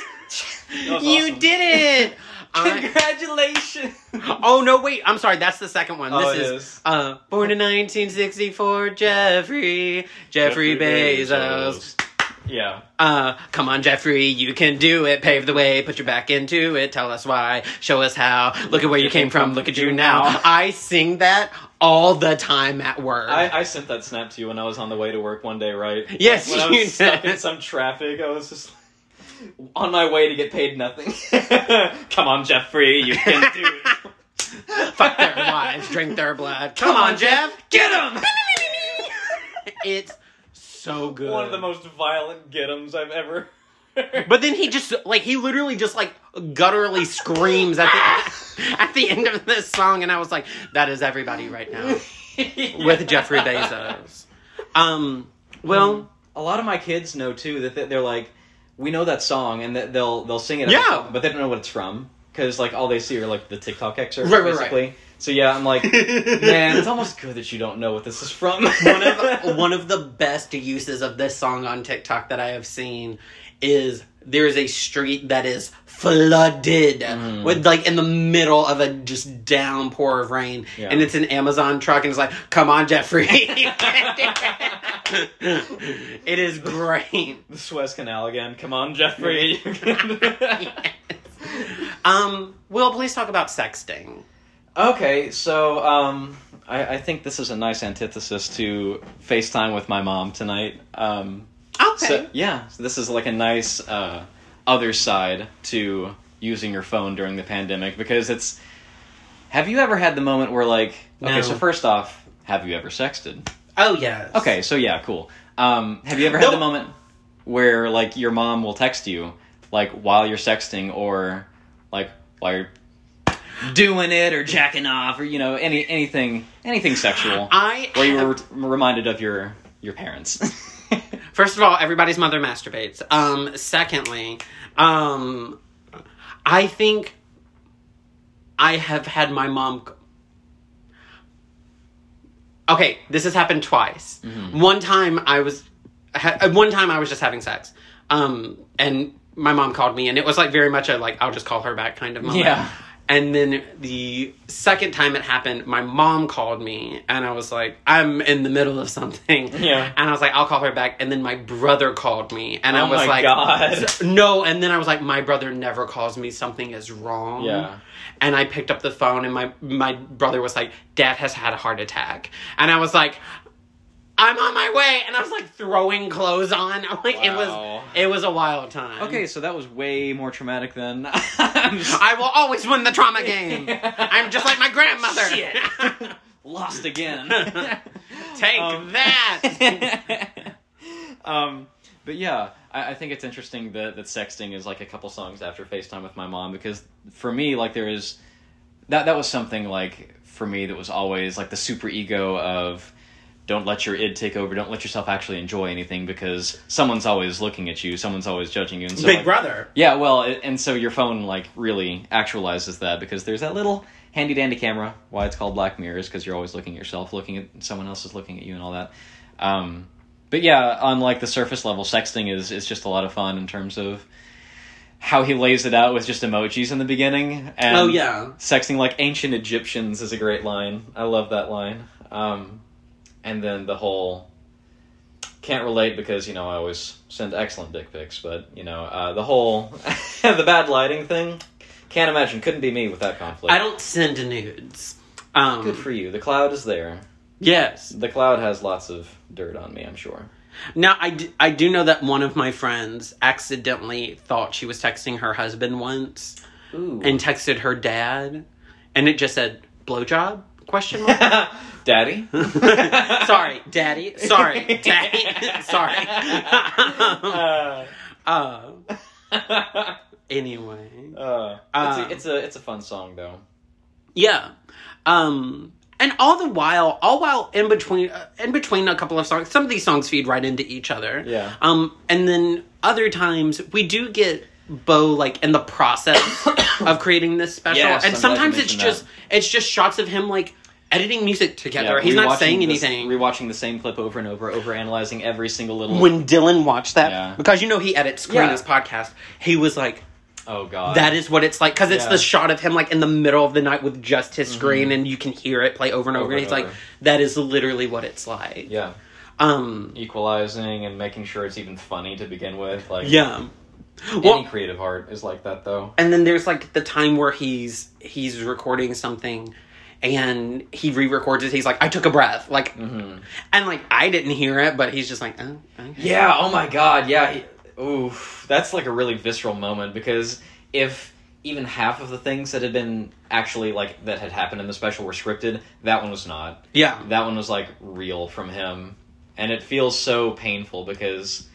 you did it! I-
Congratulations.
oh no, wait! I'm sorry. That's the second one.
Oh,
this
it
is,
is.
uh, born in 1964. Jeffrey, Jeffrey, Bezos.
Yeah.
Uh, come on, Jeffrey, you can do it. Pave the way, put your back into it. Tell us why, show us how. Look at where you came from. Look at you now. I sing that all the time at work.
I, I sent that snap to you when I was on the way to work one day, right?
Yes,
when I
you
was stuck
did.
in some traffic, I was just on my way to get paid nothing. Come on, Jeffrey, you can do it.
Fuck their wives, drink their blood. Come on, Jeff, get him. it's so good.
One of the most violent get-ems I've ever.
But then he just like he literally just like gutturally screams at the at the end of this song, and I was like, that is everybody right now with Jeffrey Bezos. Um. Well.
a lot of my kids know too that they- they're like, we know that song and that they'll they'll sing it,
Yeah.
out, but they don't know what it's from because like all they see are like the TikTok excerpts,
Right, right, right.
basically. So yeah, I'm like, man, it's almost good that you don't know what this is from.
one of one of the best uses of this song on TikTok that I have seen is
there is a street that is flooded
Mm.
with like in the middle of a just downpour of rain,
Yeah.
and it's an Amazon truck, and it's like, "Come on, Jeffrey, you can do it." it is great.
The Suez Canal again. Come on, Jeffrey.
Um, Will, please talk about sexting.
okay, so um, I, I think this is a nice antithesis to FaceTime with my mom tonight. Um,
Okay.
So yeah, so this is like a nice uh, other side to using your phone during the pandemic because it's. Have you ever had the moment where like
No.
okay, so first off, have you ever sexted?
oh yes.
Okay, so yeah, cool. Um, have you ever had
No.
the moment where like your mom will text you like while you're sexting or like while you're doing it or jacking off or you know any anything anything sexual
I
where you were reminded of your your parents.
First of all, everybody's mother masturbates. Um, secondly, um, I think I have had my mom. c- Okay, this has happened twice. One time I was, ha- uh, one time I was just having sex, um, and my mom called me, and it was like very much a like I'll just call her back kind of moment.
Yeah.
And then the second time it happened, my mom called me, and I was like, I'm in the middle of something.
Yeah.
And I was like, I'll call her back. And then my brother called me, and I
Oh
was
my
like,
God.
No. And then I was like, my brother never calls me. Something is wrong.
Yeah.
And I picked up the phone, and my my brother was like, Dad has had a heart attack, and I was like. I'm on my way, and I was like throwing clothes on. I'm like, it was,
Wow.
it was a wild time.
Okay, so that was way more traumatic than. I'm just-
I will always win the trauma game. I'm just like my grandmother.
Shit. lost again.
Take
Um,
that.
um, but yeah, I, I think it's interesting that, that sexting is like a couple songs after FaceTime with my mom because for me, like there is that that was something like for me that was always like the super ego of don't let your id take over, don't let yourself actually enjoy anything because someone's always looking at you, someone's always judging you, and so
Big
like,
Brother.
yeah, well, a- and so your phone like really actualizes that because there's that little handy dandy camera. Why it's called Black Mirror is because you're always looking at yourself, looking at someone else is looking at you, and all that. Um, but yeah, on like the surface level, sexting is is just a lot of fun in terms of how he lays it out with just emojis in the beginning. And
Oh yeah.
sexting like ancient Egyptians is a great line. I love that line. Um, and then the whole can't relate because you know I always send excellent dick pics, but you know uh, the whole the bad lighting thing. Can't imagine. Couldn't be me with that conflict.
I don't send nudes. Um,
Good for you. The cloud is there.
yes.
The cloud has lots of dirt on me. I'm sure.
Now, I d- I do know that one of my friends accidentally thought she was texting her husband once
Ooh.
and texted her dad, and it just said blowjob question mark.
Daddy.
Sorry, daddy. Sorry, daddy. Sorry.
Uh,
uh,
uh,
anyway, Ah.
it's, a, it's a it's a fun song though.
yeah. Um, and all the while, all while in between, uh, in between a couple of songs, some of these songs feed right into each other.
Yeah.
Um, and then other times we do get Bo like in the process of creating this special,
Yes,
and
I'm glad you
sometimes it's
mentioned
just it's just shots of him like editing music together.
Yeah,
He's not
rewatching
saying
this-
anything.
rewatching the same clip over and over, over analyzing every single little.
when Dylan watched that,
Yeah.
because you know he edits Karina's
Yeah.
podcast, he was like,
oh god,
"That is what it's like," because it's
Yeah.
the shot of him like in the middle of the night with just his screen, and you can hear it play over and over.
Over
and
and
he's like,
over.
"That is literally what it's like."
yeah,
Um.
equalizing and making sure it's even funny to begin with. Like
Yeah.
any
Well,
creative art is like that though.
and then there's like the time where he's he's recording something and he re-records it he's like i took a breath like
Mm-hmm.
and like i didn't hear it but he's just like oh, okay.
Yeah. Oh my god. Yeah. he- oof. That's like a really visceral moment because if even half of the things that had been actually like that had happened in the special were scripted, that one was not.
yeah
that one was like real from him and it feels so painful because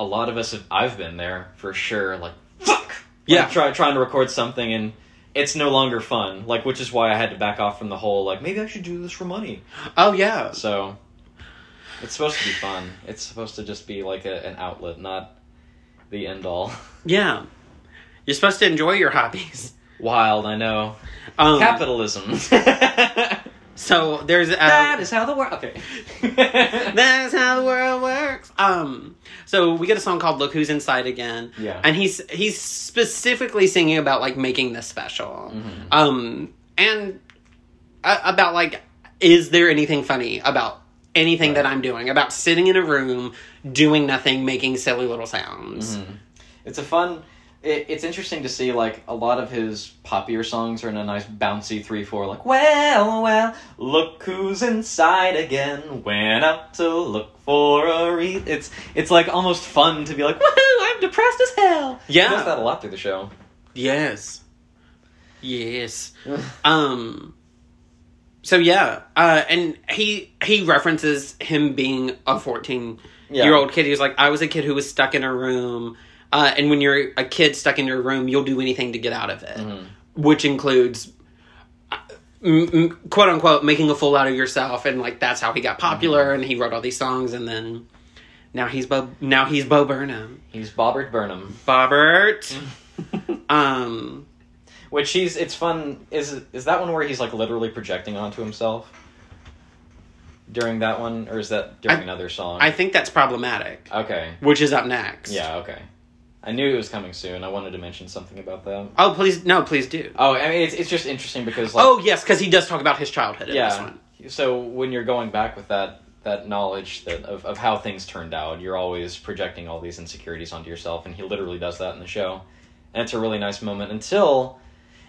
a lot of us have i've been there for sure like fuck Like,
Yeah.
try, trying to record something and it's no longer fun like which is why i had to back off from the whole like maybe i should do this for money
oh yeah
so it's supposed to be fun it's supposed to just be like a, an outlet not the end all
yeah you're supposed to enjoy your hobbies
wild i know
um
capitalism
So there's uh,
that is how the world. Okay.
That's how the world works. Um, so we get a song called "Look Who's Inside Again."
Yeah.
and he's he's specifically singing about like making this special,
Mhm.
um, and uh, about like, is there anything funny about anything that I'm doing? About sitting in a room doing nothing, making silly little
Mm-hmm.
sounds.
It's a fun. It, it's interesting to see like a lot of his poppier songs are in a nice bouncy three four like well well look who's inside again went out to look for a re it's it's like almost fun to be like woohoo I'm depressed as hell
Yeah.
he does that a lot through the show
Yes, yes. um so yeah uh and he he references him being a 14
Yeah.
year old kid he was like i was a kid who was stuck in a room uh and when you're a kid stuck in your room you'll do anything to get out of it
Mm. Mm-hmm.
which includes uh, m- m- quote unquote making a fool out of yourself and like that's how he got popular
Mm.
and he wrote all these songs and then now he's bo now he's bo burnham
he's Bobbert Burnham
bobbert
Mm.
um
which he's it's fun is is that one where he's like literally projecting onto himself during that one or is that during
I-
another song
i think that's problematic
okay
which is up next
yeah okay I knew it was coming soon I wanted to mention something about that.
Oh, please, no, please do.
Oh, I mean, it's, it's just interesting because like,
oh, yes, because he does talk about his childhood in this
yeah.
one.
So when you're going back with that that knowledge that of, of how things turned out, you're always projecting all these insecurities onto yourself, and he literally does that in the show, and it's a really nice moment until.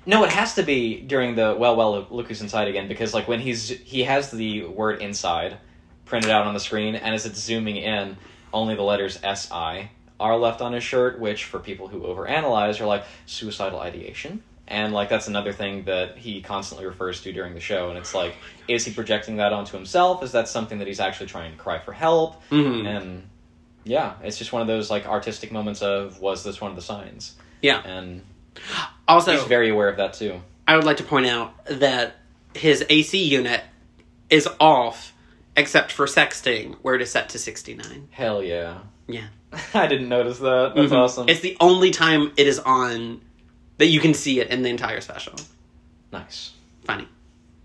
No, it has to be during the well, well, look- look who's inside again because like when he's he has the word inside printed out on the screen, and as it's zooming in, only the letters S I are left on his shirt, which for people who overanalyze are like suicidal ideation. And like that's another thing that he constantly refers to during the show, and it's like, is he projecting that onto himself? Is that something that he's actually trying to cry for help?
Mhm.
And yeah, it's just one of those like artistic moments of was this one of the signs?
Yeah.
and
Also,
he's very aware of that too.
I would like to point out that his AC unit is off except for sexting, where it is set to 69.
Hell yeah!
Yeah.
I didn't notice that. That's
Mhm.
awesome.
It's the only time it is on that you can see it in the entire special.
nice.
funny.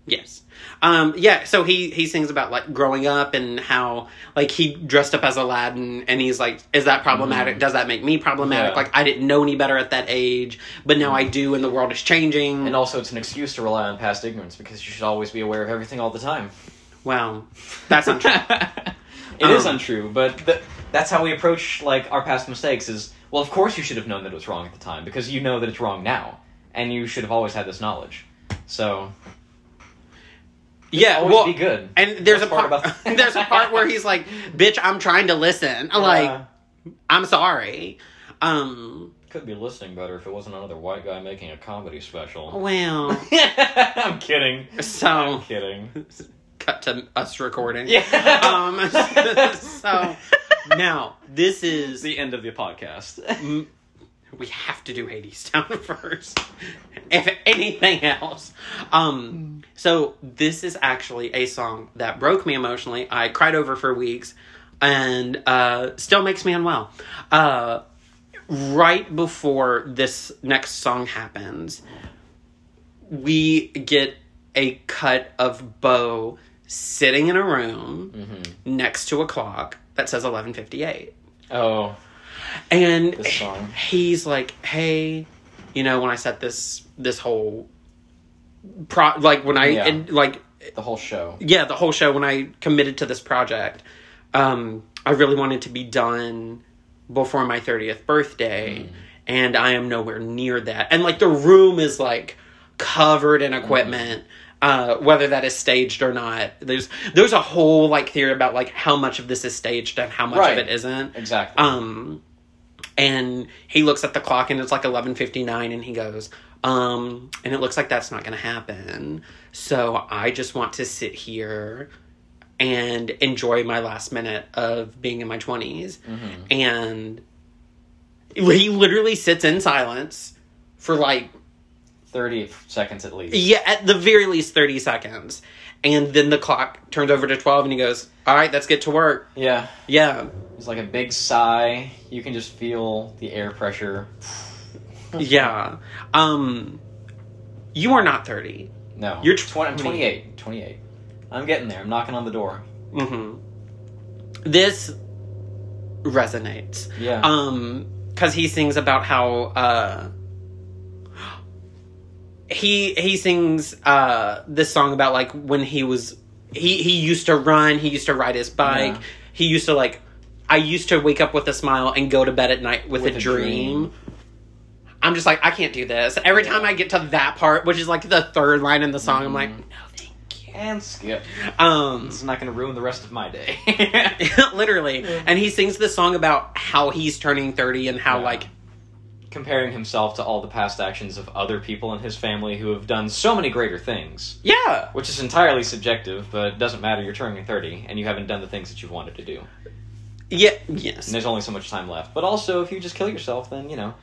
Yes. Um, yeah, so he, he sings about like growing up and how like he dressed up as Aladdin and he's like, Is that problematic? Does that make me problematic?
Mm-hmm. Yeah. Mm-hmm.
Like I didn't know any better at that age, but now I do and the world is changing.
And also, it's an excuse to rely on past ignorance because you should always be aware of everything all the time.
well, that's not true.
It is
Um,
untrue, but th- that's how we approach like our past mistakes. Is well, of course you should have known that it was wrong at the time because you know that it's wrong now, and you should have always had this knowledge. So
yeah,
always
well,
be good.
and there's a
That's part
part,
about-
there's a part where he's like, Bitch, I'm trying to listen. Like,
Uh,
I'm sorry. Um
could be listening better if it wasn't another white guy making a comedy special.
well
I'm kidding.
so
Kidding.
cut to us recording.
Yeah.
Um, so now this is
the end of the podcast.
we have to do Hades Town first, if anything else. Um, so this is actually a song that broke me emotionally. I cried over for weeks, and uh, still makes me unwell. Uh, right before this next song happens, we get a cut of Bo sitting in a room
Mm-hmm. Hmm.
next to a clock that says eleven fifty eight.
Oh,
And
This song.
he's like, "Hey, you know, when I set this this whole pro like when I
Yeah.
and, like
the whole show.
yeah, the whole show when I committed to this project, um I really wanted to be done before my 30th birthday
Mm.
and I am nowhere near that." And like the room is like covered in
Mm.
equipment. Uh, whether that is staged or not, there's there's a whole like theory about like how much of this is staged and how much
Right.
of it isn't.
Exactly.
Um, and he looks at the clock and it's like eleven fifty nine, and he goes, um, and it looks like that's not going to happen. So I just want to sit here and enjoy my last minute of being in my 20s and he literally sits in silence for like
Thirty seconds at least.
yeah, at the very least thirty seconds, and then the clock turns over to twelve, and he goes, "All right, let's get to work."
Yeah.
Yeah,
It's like a big sigh. You can just feel the air pressure.
yeah. Um, you are not 30.
No.
You're
Twen-
20.
28. 28. I'm getting there. I'm knocking on the door.
hmm This resonates.
Yeah.
Um, because he sings about how uh, he he sings uh this song about like when he was he he used to run, he used to ride his bike,
Yeah.
he used to like I used to wake up with a smile and go to bed at night with,
With
a,
a
dream.
dream.
I'm just like I can't do this. Every time I get to that part, which is like the third line in the song, I'm
Mm-hmm.
like, no, thank you.
and skip.
Um,
This is not going to ruin the rest of my day.
literally and he sings this song about how he's turning 30 and how
Yeah.
like
Comparing himself to all the past actions of other people in his family who have done so many greater things,
yeah
which is entirely subjective, but it doesn't matter. You're turning 30 and you haven't done the things that you wanted to do.
yeah yes
And there's only so much time left. But also, if you just kill yourself, then, you know.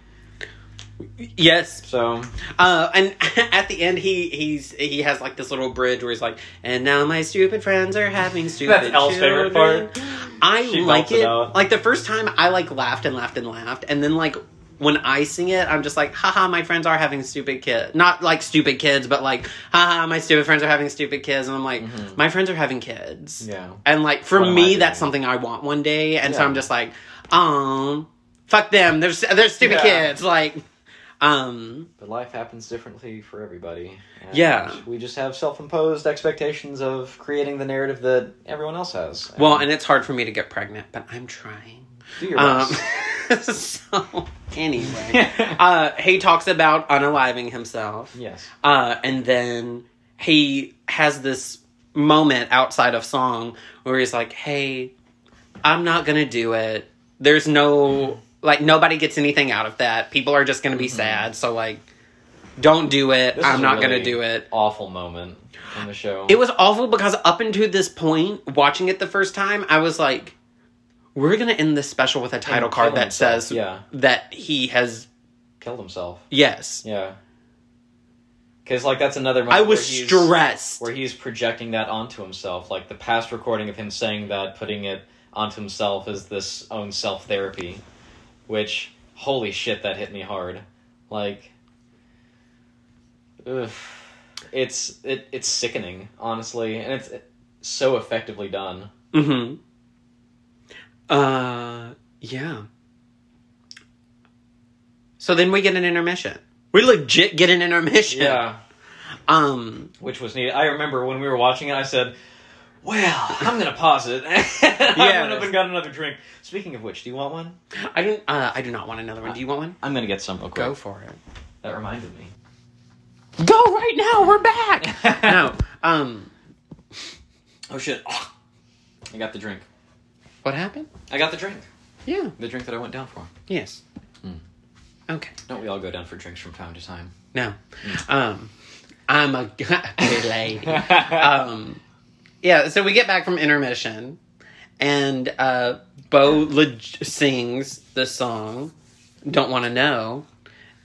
yes
So,
uh and at the end he he's he has like this little bridge where he's like and now my stupid friends are having stupid
That's Elle's favorite
children."
part.
i
She
like
belts it
it
out.
like the first time i like laughed and laughed and laughed and then like when I sing it, I'm just like, haha, my friends are having stupid kids. Not like stupid kids, but like, haha, my stupid friends are having stupid kids. And I'm like,
Mhm.
my friends are having kids.
yeah.
And like for
What am I
me,
doing?
that's something I want one day, and so
Yeah.
I'm just like, um, fuck them. They're they're stupid
Yeah.
kids. Like, um,
But life happens differently for everybody. and
Yeah.
We just have self imposed expectations of creating the narrative that everyone else has.
well, and it's hard for me to get pregnant, but I'm trying.
do your
Um,
best.
so anyway, uh, he talks about unaliving himself,
yes.
uh, and then he has this moment outside of song where he's like, hey, I'm not gonna do it. There's no like nobody gets anything out of that. People are just gonna be sad. So like, don't do it.
Mm-hmm. This is
I'm
a
not
really
gonna do it.
Awful moment in the show.
It was awful because up until this point, watching it the first time, I was like, we're gonna end this special with a title
And
card
kill
that
himself,
says
yeah.
that he has
killed himself.
yes.
Yeah. Because like that's another. Moment
I was
where he's-
stressed.
Where he's projecting that onto himself, like the past recording of him saying that, putting it onto himself as this own self therapy, which holy shit that hit me hard. Like, ugh. it's it it's sickening, honestly, and it's so effectively done.
Mm-hmm. Uh, yeah. So then we get an intermission. We legit get an intermission. Um.
which was neat. I remember when we were watching it, I said, "Well, I'm gonna pause it." I went up and got another drink. Speaking of which, do you want one?
I don't. Uh, I do not want another one. Do you want one?
I'm gonna get some real quick.
Go for it.
That reminded me.
Go right now. We're back. no. Um.
Oh shit! I got the drink.
What happened?
I got the drink.
Yeah.
The drink that I went down for.
Yes. Hmm. Okay.
Don't we all go down for drinks from time to time?
No. Um. I'm a good lady.
Uh,
um. Yeah. So we get back from intermission, and uh, Bo leg- sings the song "Don't Want to Know,"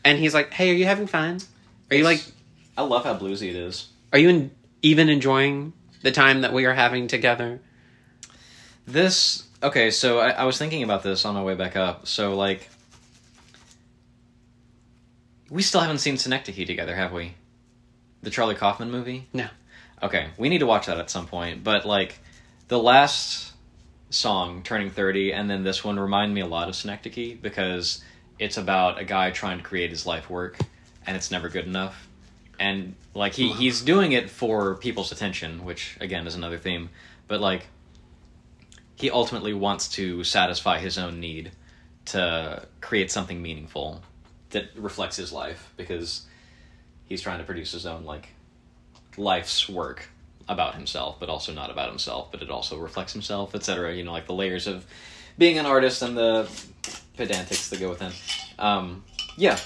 and he's like, "Hey, are you having fun? Are you like,
I love how bluesy it is.
are you in- even enjoying the time that we are having together?"
This okay, so I, I was thinking about this on my way back up. So like, we still haven't seen Synecdoche together, have we? The Charlie Kaufman movie.
No.
Okay, we need to watch that at some point. But like, the last song, "Turning 30, and then this one remind me a lot of Synecdoche because it's about a guy trying to create his life work, and it's never good enough. And like he, he's doing it for people's attention, which again is another theme. But like he ultimately wants to satisfy his own need to create something meaningful that reflects his life because he's trying to produce his own like life's work about himself but also not about himself but it also reflects himself etc you know like the layers of being an artist and the pedantics that go with him um, yeah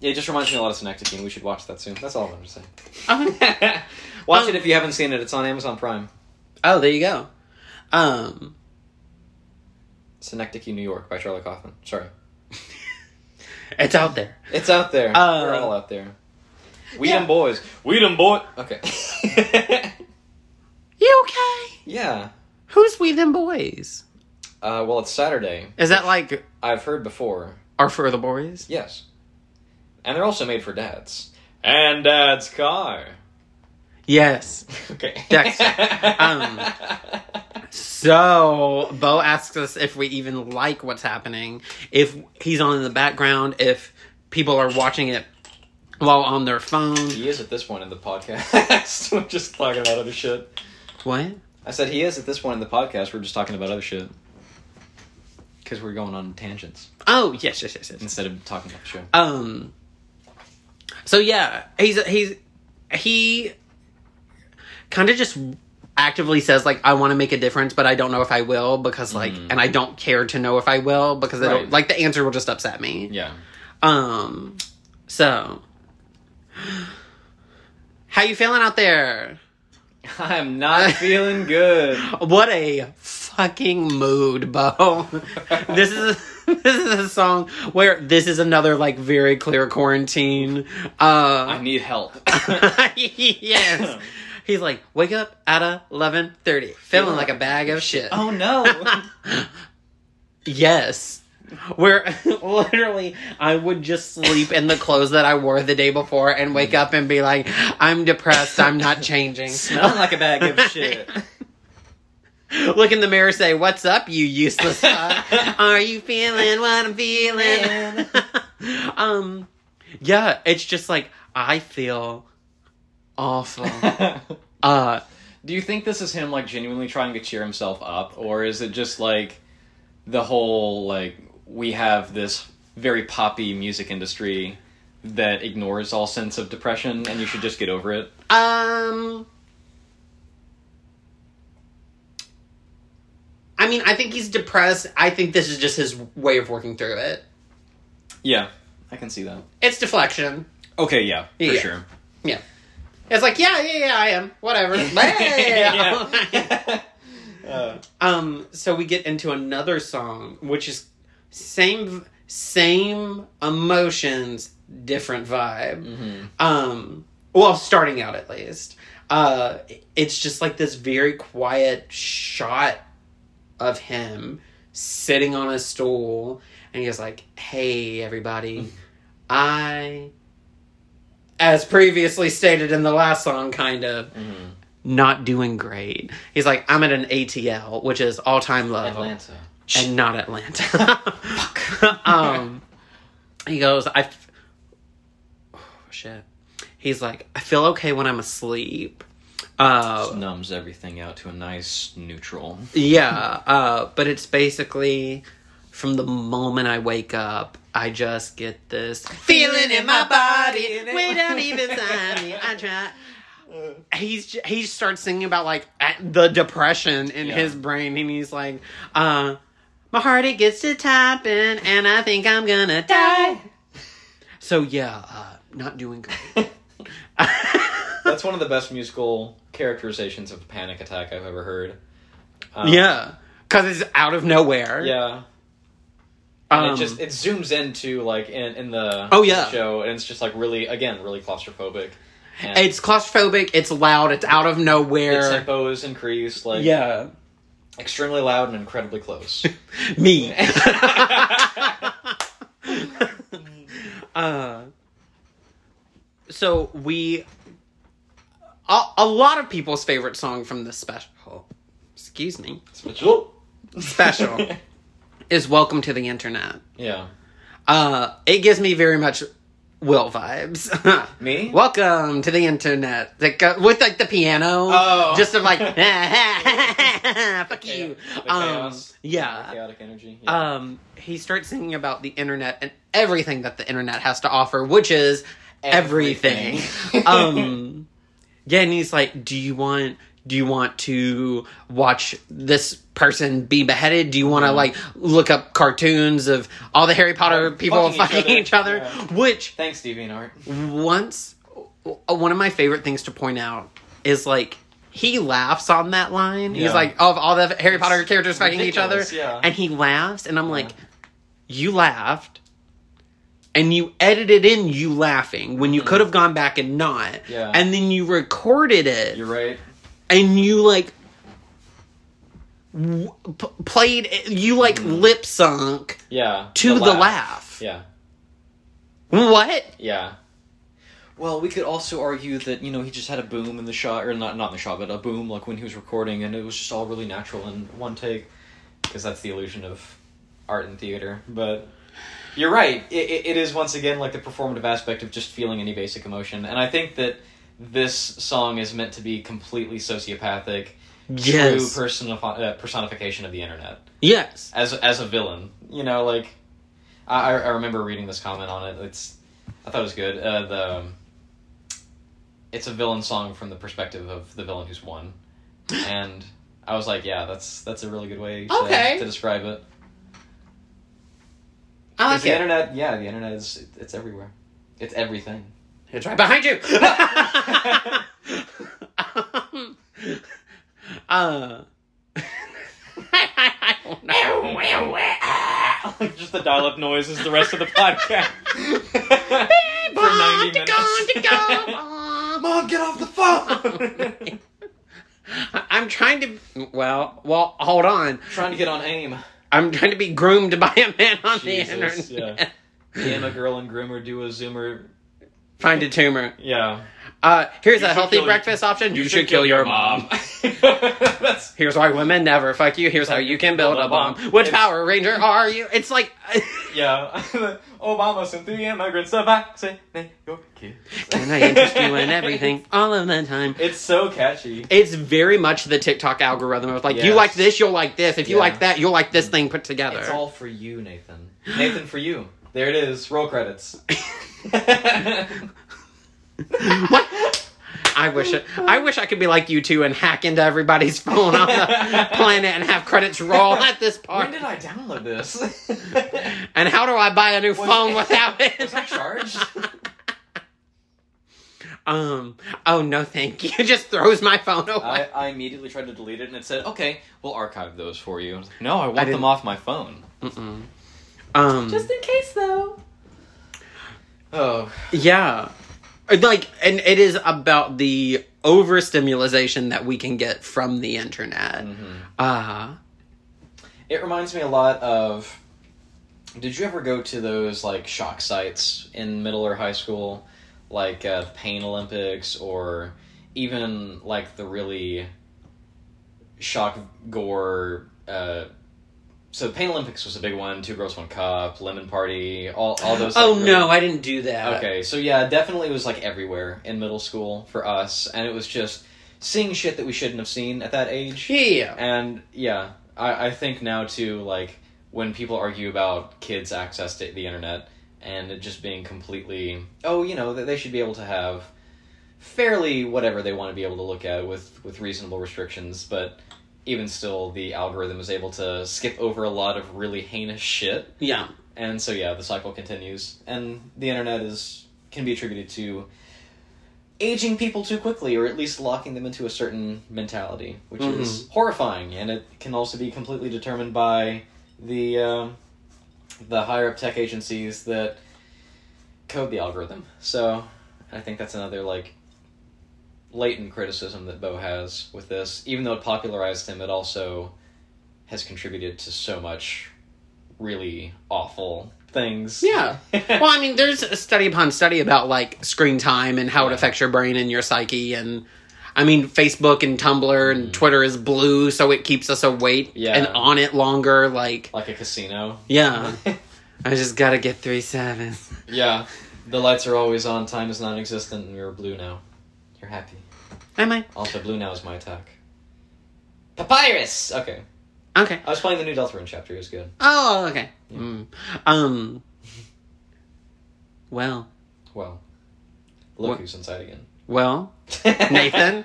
it just reminds me a lot of Synecdoche and we should watch that soon that's all i'm going to say Uh-huh. watch
Um,
it if you haven't seen it it's on amazon prime
Oh, there you go. Um.
Synecdoche, New York by Charlie Kaufman. Sorry.
It's out there.
It's out there.
Uh,
We're all out there. We
yeah.
them boys. We them boy. Okay.
You okay?
yeah.
Who's we them boys?
Uh, well, it's Saturday.
Is that like
I've heard before.
our for the boys?
Yes. And they're also made for dads. And dad's car.
Yes.
Okay.
Dexter. Um, so Bo asks us if we even like what's happening, if he's on in the background, if people are watching it while on their phone.
he is at this point in the podcast. We're just talking about other shit.
What?
I said he is at this point in the podcast. We're just talking about other shit. Because we're going on tangents
Oh yes, yes, yes, yes.
instead of talking about the show.
Um. So yeah, he's he's he kind of just actively says like I want to make a difference, but I don't know if I will because like, and I don't care to know if I will because I
Right.
don't like the answer will just upset me.
Yeah.
Um. So, how you feeling out there?
I'm not feeling good.
What a fucking mood, Bo. this is this is a song where this is another like very clear quarantine.
I
Uh,
need help.
yes. He's like, wake up at eleven thirty, feeling like a bag of shit.
oh no.
Yes. Where literally I would just sleep in the clothes that I wore the day before and wake up and be like, I'm depressed, I'm not changing.
Smelling like a bag of shit.
Look in the mirror, say, What's up, you useless fuck? Are you feeling what I'm feeling? um Yeah, it's just like I feel awful. Uh
Do you think this is him like genuinely trying to cheer himself up, or is it just like the whole like we have this very poppy music industry that ignores all sense of depression and you should just get over it?
Um, I mean, I think he's depressed. I think this is just his way of working through it.
Yeah, I can see that.
It's deflection.
Okay, yeah, for
Yeah.
sure.
Yeah. It's like, yeah, yeah, yeah, I am. Whatever. Yeah.
Uh,
um, so we get into another song, which is same same emotions, different vibe.
Mm-hmm.
um well starting out at least uh it's just like this very quiet shot of him sitting on a stool and he's like hey everybody i as previously stated in the last song kind of not doing great he's like i'm at an atl which is all-time low
Atlanta.
and not Atlanta. um, he goes, I. f- Oh, shit. He's like, I feel okay when I'm asleep. Uh,
Numbs everything out to a nice neutral.
yeah, uh, but it's basically from the moment I wake up, I just get this feeling in my body, way down deep inside me. I try. He's j- he starts singing about like at- the depression in
Yeah.
his brain, and he's like, uh, "My heart it gets to tapping, and I think I'm gonna die." So yeah, uh, not doing good.
That's one of the best musical characterizations of a panic attack I've ever heard. Um,
yeah, because it's out of nowhere.
Yeah.
um,
and it just it zooms into like in in the
Oh, yeah.
show and it's just like really again really claustrophobic and
it's claustrophobic. It's loud. It's out of
the
nowhere.
tempo is increased like
yeah.
extremely loud and incredibly close
me. uh, so we a, a lot of people's favorite song from this special. oh, Excuse me. Special is Welcome to the Internet.
yeah
Uh it gives me very much Will vibes.
Me?
Welcome to the internet. That go- with like the piano.
Oh.
Just of like fuck you.
The
um
chaos.
yeah.
chaotic energy yeah.
Um, he starts singing about the internet and everything that the internet has to offer, which is everything.
Everything.
um, yeah, and he's like, "Do you want? Do you want to watch this person be beheaded? Do you
Mm-hmm.
want to like look up cartoons of all the Harry Potter
Oh,
people
fucking each
fucking each other?"
other. Yeah.
Which
thanks DeviantArt
once uh, one of my favorite things to point out is like he laughs on that line.
Yeah.
He's like, of all the Harry Potter characters fighting each other,
ridiculous, yeah.
and he laughs, and I'm like, you laughed, and you edited in you laughing when you could have gone back and not,
Mm-hmm. Yeah.
and then you recorded it,
you're right
and you like w- p- played, it- you like
Mm-hmm.
lip sunk
yeah
to the, laugh.
yeah
What?
yeah Well, we could also argue that you know he just had a boom in the shot, or not not in the shot, but a boom like when he was recording, and it was just all really natural in one take, because that's the illusion of art and theater. But you're right; it, it, it is once again like the performative aspect of just feeling any basic emotion, and I think that this song is meant to be completely sociopathic,
Yes.
true personif- uh, personification of the internet
Yes.
as as a villain. You know, like I I I remember reading this comment on it. It's I thought it was good. Uh, the um, it's a villain song from the perspective of the villain who's won, and I was like, yeah, that's that's a really good way to,
Okay.
to describe it.
I
'Cause
like
the
it.
internet, yeah, the internet is it's everywhere. It's everything.
It's right behind you. um, uh, I don't know.
Just the dial-up noise is the rest of the podcast. For 90 minutes. Mom, get off the phone.
I'm trying to. Well, well, hold on.
Trying to get on aim.
I'm trying to be groomed by a man on
Jesus,
the internet.
Damn, a girl and groomer do a zoomer.
Find a tumor.
Yeah.
Uh, here's
You
a
should
healthy
kill-
breakfast option. You, should, kill, your mom.
That's
Here's why women never fuck you. Here's how you can build a bomb. Which
It's-
Power Ranger are you? It's like,
yeah. Obama sent the immigrants to vaccinate your kids.
and I interest you in everything all of the time.
It's so catchy.
It's very much the TikTok algorithm of like, you
Yes.
like this, you'll like this. If you
Yeah.
like that, you'll like this thing put together.
It's all for you, Nathan. Nathan, for you. There it is. Roll credits.
What? I wish it, I wish I could be like you two and hack into everybody's phone on the planet and have credits roll at this
when
part.
did I download this?
And how do I buy a new
Was-
phone without
Was I
it?
charged?
Um. Oh no, thank you. It just throws my phone away.
I, I immediately tried to delete it, and it said, "Okay, we'll archive those for you." I was like, no, I want
didn't-
them off my phone.
Mm-mm. Um.
in case, though. Oh,
yeah. Uh, Like, and it is about the overstimulation that we can get from the internet.
Mm.
Uh
It reminds me a lot of. Did you ever go to those like shock sites in middle or high school, like uh, Pain Olympics or even like the really shock gore? Uh, so Pain Olympics was a big one. Two girls, one cup, Lemon Party, all all those. like,
oh
really-
no, I didn't do that.
Okay, so yeah, definitely it was like everywhere in middle school for us, and it was just seeing shit that we shouldn't have seen at that age.
Yeah.
And yeah, I, I think now too, like when people argue about kids' access to the internet and it just being completely, oh, you know, that they should be able to have fairly whatever they want to be able to look at with with reasonable restrictions, but even still, the algorithm is able to skip over a lot of really heinous shit.
Yeah.
And so yeah, the cycle continues, and the internet is can be attributed to aging people too quickly, or at least locking them into a certain mentality, which is horrifying. And it can also be completely determined by the uh, the higher up tech agencies that code the algorithm. So I think that's another like latent criticism that Bo has with this. Even though it popularized him, it also has contributed to so much really awful things.
Yeah. well, I mean, there's a study upon study about like screen time and how it
Yeah.
affects your brain and your psyche. And I mean, Facebook and Tumblr and Twitter is blue, so it keeps us awake
Mm. Yeah.
and on it longer. Like,
like a casino.
yeah, I just gotta get three sevens.
Yeah. The lights are always on, time is non existent, and you're blue now. You're happy.
Am I?
Also, blue now is my attack. Papyrus! Okay.
Okay.
I was playing the new Deltarune chapter, it was good.
Oh, okay. Mm. Um. Well,
Well, look
What?
who's inside again.
well, Nathan,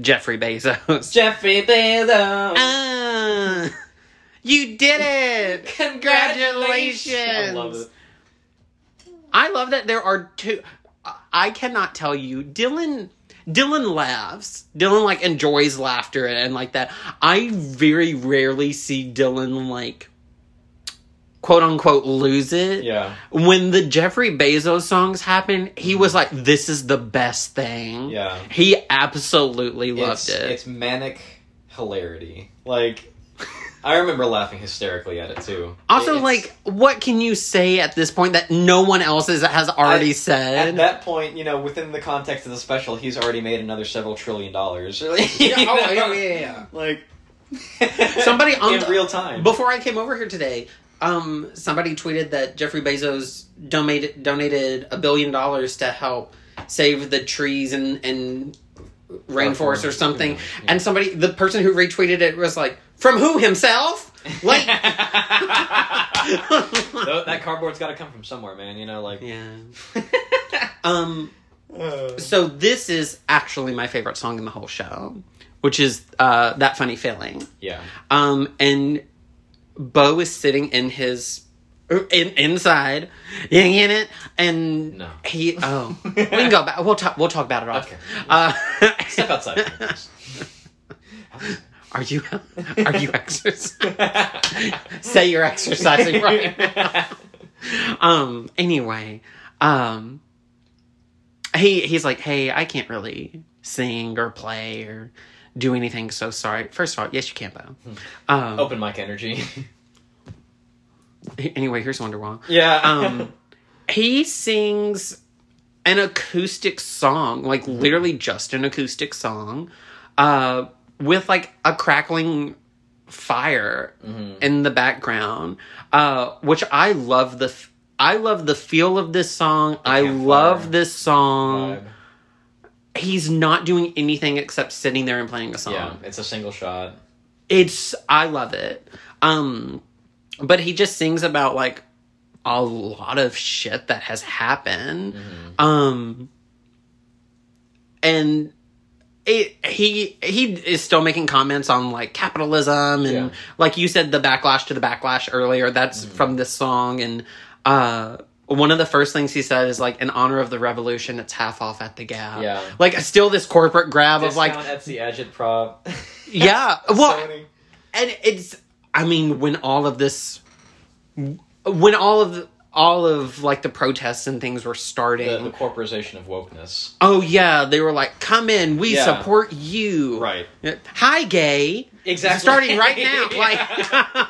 Jeffrey Bezos.
Jeffrey Bezos!
Ah, you did it!
I
Congratulations!
love it.
I love that there are two. I cannot tell you, Dylan. Dylan laughs. Dylan like enjoys laughter and, like that. I very rarely see Dylan like quote unquote lose it.
Yeah.
When the Jeffrey Bezos songs happened, he was like, "This is the best thing."
Mm. Yeah.
He absolutely loved
It's,
it.
it's manic hilarity. Like, I remember laughing hysterically at it too.
Also,
It's-
like, what can you say at this point that no one else is, has already
I-
said?
at that point, you know, within the context of the special, he's already made another several trillion dollars. You know?
oh, yeah.
Like
Somebody on
in
the-
real time.
Before I came over here today, um, somebody tweeted that Jeffrey Bezos donated donated a billion dollars to help save the trees and and rainforest or something.
Yeah, yeah.
And somebody, the person who retweeted it was like, "From who himself?" Like,
Tho- that cardboard's got to come from somewhere, man. You know, like Uh,
yeah. Um. So this is actually my favorite song in the whole show, which is uh, "That Funny Feeling."
yeah.
Um, and Bo is sitting in his in, inside, in, in it, and
No.
he. Oh, we can go back. We'll talk. We'll talk about it. Off.
Okay.
Uh,
Step outside.
are you are you exercising? Say you're exercising right. now. Um. Anyway, um. He he's like, hey, I can't really sing or play or do anything. So sorry. First of all, yes, you can, Bo. Um,
Open mic energy.
Anyway, here's Wonderwall.
yeah.
um he sings an acoustic song like
Mm-hmm.
literally just an acoustic song uh with like a crackling fire
Mm-hmm.
in the background uh which i love the f- i love the feel of this song i
campfire
love this song
Vibe.
he's not doing anything except sitting there and playing a song
yeah. It's a single shot.
it's i love it um but he just sings about like a lot of shit that has happened
Mm-hmm.
um and it he he is still making comments on like capitalism and
Yeah. Mm-hmm.
like you said the backlash to the backlash earlier that's from this song and uh one of the first things he said is like in honor of the revolution it's half off at the gap
Yeah.
like still this corporate grab of
Discount
like
Etsy agit prop.
yeah well
Sony.
and it's i mean when all of this when all of the, all of like the protests and things were starting
The, the corporatization of wokeness.
oh yeah they were like come in we
Yeah.
support you
Right.
hi gay
Exactly.
starting right now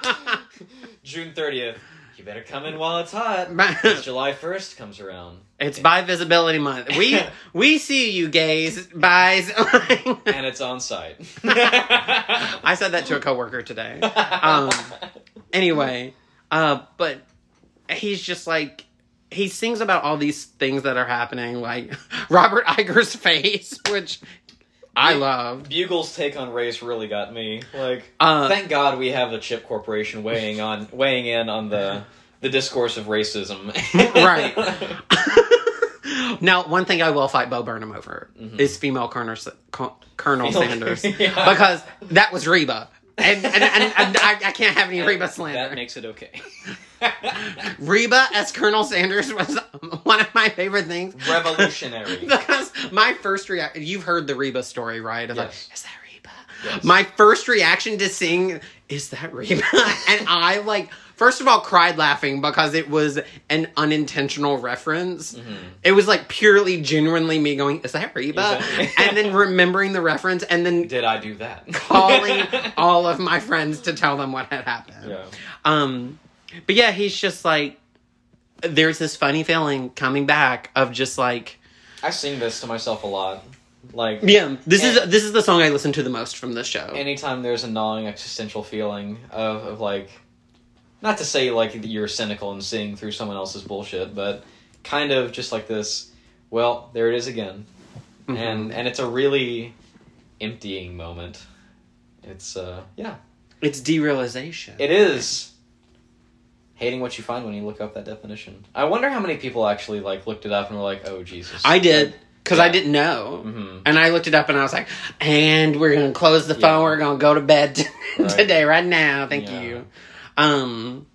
June thirtieth. You better come in while it's hot.
like
July first comes around.
it's bi visibility month we we see you gays buys
and it's on site.
I said that to a coworker today. Um, anyway, uh, but he's just like he sings about all these things that are happening, like Robert Iger's face, which I loved.
Bugle's take on race really got me. Like,
Uh,
thank God we have the Chip Corporation weighing on weighing in on the the discourse of racism.
Right. Now, one thing I will fight Bo Burnham over is female Colonel, Sa- Co- Colonel
Mm-hmm. Female-
Sanders
Yeah.
because that was Reba. And, and, and, and I, I can't have any Reba slander.
that makes it okay.
Reba as Colonel Sanders was one of my favorite things.
Revolutionary.
because my first reaction you've heard the reba story right of
Yes.
like is that reba
Yes.
my first reaction to seeing is that reba and i like first of all cried laughing because it was an unintentional reference it was like purely genuinely me going is that reba
Mm-hmm. Is that-
and then remembering the reference and then
Did I do that?
calling all of my friends to tell them what had happened
yeah.
um, but yeah, he's just like, there's this funny feeling coming back of just like,
I sing this to myself a lot. Like,
yeah, this is
And-
this is the song I listen to the most from this show.
anytime there's a gnawing existential feeling of, of like not to say like that you're cynical and seeing through someone else's bullshit but kind of just like this well there it is again
Mm-hmm.
and and it's a really emptying moment it's uh yeah
It's derealization.
it is hating what you find when you look up that definition i wonder how many people actually like looked it up and were like oh jesus
I did because I
Yeah.
didn't know,
Mhm.
and I looked it up and I was like, and we're gonna close the phone.
Yeah.
We're gonna go to bed
Right.
today, right now. Thank
Yeah.
you. Um,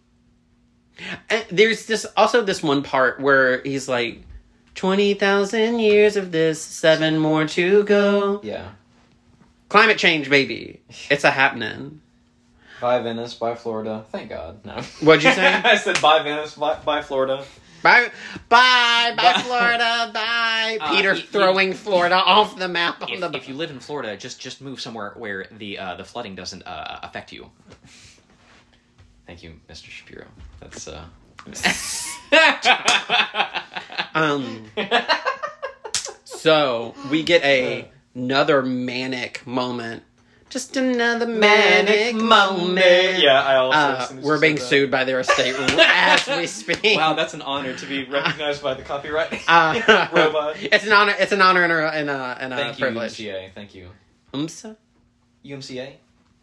and there's this also this one part where he's like, twenty thousand years of this, seven more to go.
yeah
Climate change, baby. It's a happening.
Bye Venice, bye Florida. Thank God. No.
What'd you say?
I said bye Venice, bye, bye Florida.
Bye, bye, bye,
Bye.
Florida. Bye,
Uh,
Peter
y- y-
throwing Florida off the map. On
if,
the
if you live in Florida, just just move somewhere where the uh, the flooding doesn't uh, affect you.
Thank you, Mr. Shapiro. That's uh.
Um, so we get a another manic moment. Just another manic, moment.
yeah, I also.
Uh, we're being sued by their estate as we speak.
Wow, that's an honor to be recognized by the copyright
Uh,
robot.
It's an honor. It's an honor and a and a, and a
Thank you,
privilege.
UMCA. Thank you,
Umsa?
UMCA.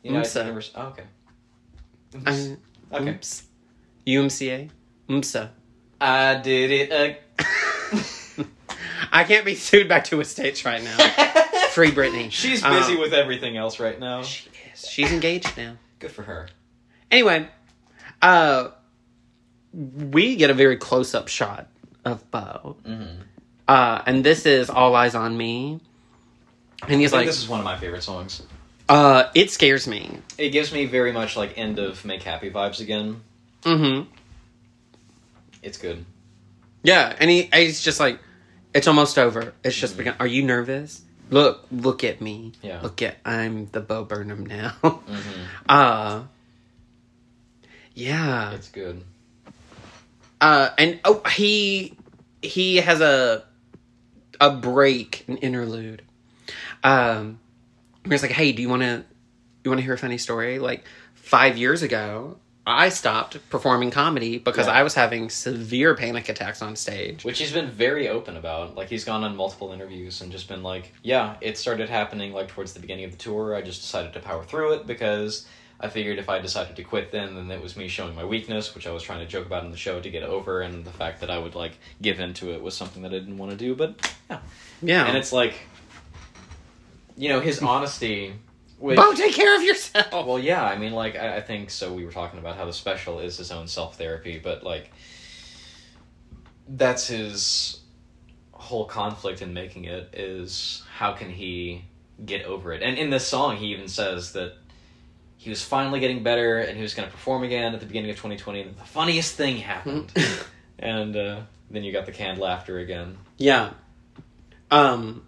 United
UMSA.
Univers- oh, okay. Oops.
Um,
Okay.
oops. UMCA. Umsa.
I did it. ag-
I can't be sued by two estates right now. Free Britney.
She's
Uh,
busy with everything else right now.
She is. She's engaged now.
Good for her.
Anyway, uh, we get a very close up shot of Bo.
Mm-hmm.
Uh, and this is All Eyes on Me. And he's
Like,
like,
this is one of my favorite songs.
uh, it scares me.
It gives me very much like end of Make Happy vibes again.
Mm hmm.
It's good.
Yeah. And he, he's just like, it's almost over. It's just begun. Are you nervous? Look, look at me.
Mm-hmm. Yeah.
Look at, I'm the Bo Burnham now.
Mm-hmm.
Uh, yeah.
It's good.
uh and oh he he has a a break an interlude um where he's like hey do you want to you want to hear a funny story like five years ago i stopped performing comedy because
Yeah.
i was having severe panic attacks on stage
Which he's been very open about. Like he's gone on multiple interviews and just been like, "Yeah, it started happening like towards the beginning of the tour. I just decided to power through it because I figured if I decided to quit then, then it was me showing my weakness, which I was trying to joke about in the show to get over, and the fact that I would like give into it was something that I didn't want to do. But yeah,
yeah
and it's like, you know, his honesty. Which,
bo take care of yourself
well, yeah, I mean, like, I, I think so. We were talking about how the special is his own self therapy, but like, that's his whole conflict in making it is how can he get over it? And in this song, he even says that he was finally getting better and he was going to perform again at the beginning of 2020, and the funniest thing happened. and uh, then you got the canned laughter again.
yeah um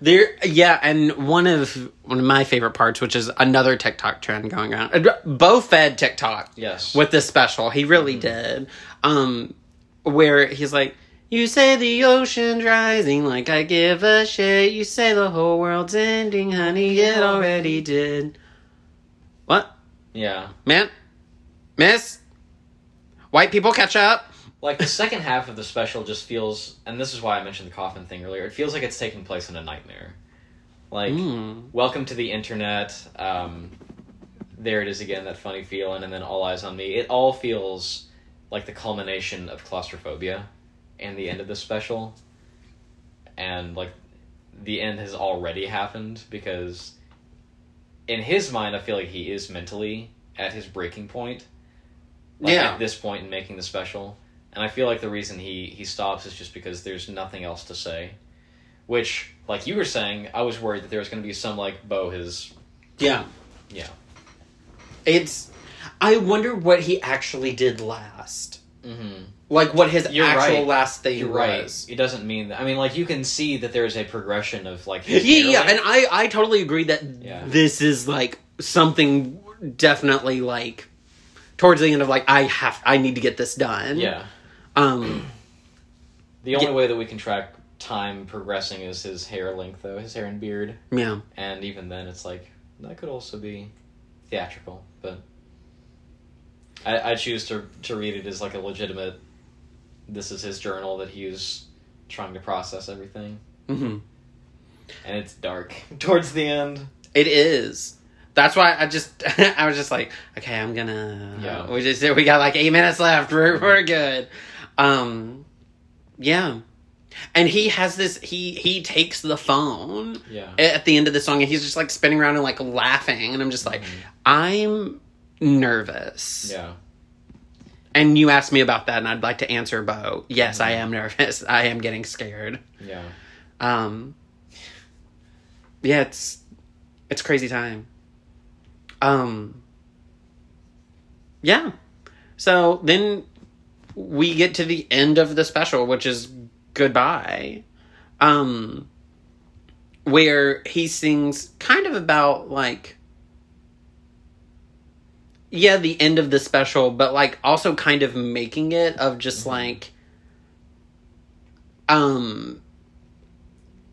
there yeah and one of one of my favorite parts which is another tiktok trend going around bo fed tiktok
Yes.
with this special. He really
Mm-hmm.
did. Um, where he's like, "You say the ocean's rising, like I give a shit. You say the whole world's ending, honey. It already did." What,
Yeah.
man, miss? White people catch up.
like the second half of the special just feels and this is why i mentioned the coffin thing earlier it feels like it's taking place in a nightmare like
Mm.
welcome to the internet um, there it is again that funny feeling and then all eyes on me it all feels like the culmination of claustrophobia and the end of the special and like the end has already happened because in his mind i feel like he is mentally at his breaking point like
Yeah.
at this point in making the special and i feel like the reason he he stops is just because there's nothing else to say which like you were saying i was worried that there was going to be some like bo his
Yeah,
yeah
it's. I wonder what he actually did last.
mm-hmm.
Like what his
You're
actual
right.
last thing
you're
was.
right it doesn't mean that i mean like you can see that there's a progression of like
Yeah,
his
yeah, yeah,
heroin.
and I, I totally agree that
Yeah.
this is like something definitely like towards the end of like I have I need to get this done.
yeah
Um.
the only
Yeah.
way that we can track time progressing is his hair length though his hair and beard
Yeah.
and even then it's like that could also be theatrical but i, I choose to, to read it as like a legitimate this is his journal that he's trying to process everything
Mhm.
and it's dark towards the end
It is. That's why I just I was just like, okay, I'm gonna.
Yeah.
We just we got like eight minutes left. We're we're good. Um. Yeah. And he has this. He he takes the phone.
yeah
at the end of the song and he's just like spinning around and like laughing and i'm just like i'm nervous
Mm-hmm. yeah
and you asked me about that and i'd like to answer bo yes i
Mm-hmm.
am nervous i am getting scared
yeah
um yeah it's it's crazy time um yeah so then we get to the end of the special which is goodbye um where he sings kind of about like yeah, the end of the special, but like also kind of making it of
Mm-hmm.
just like um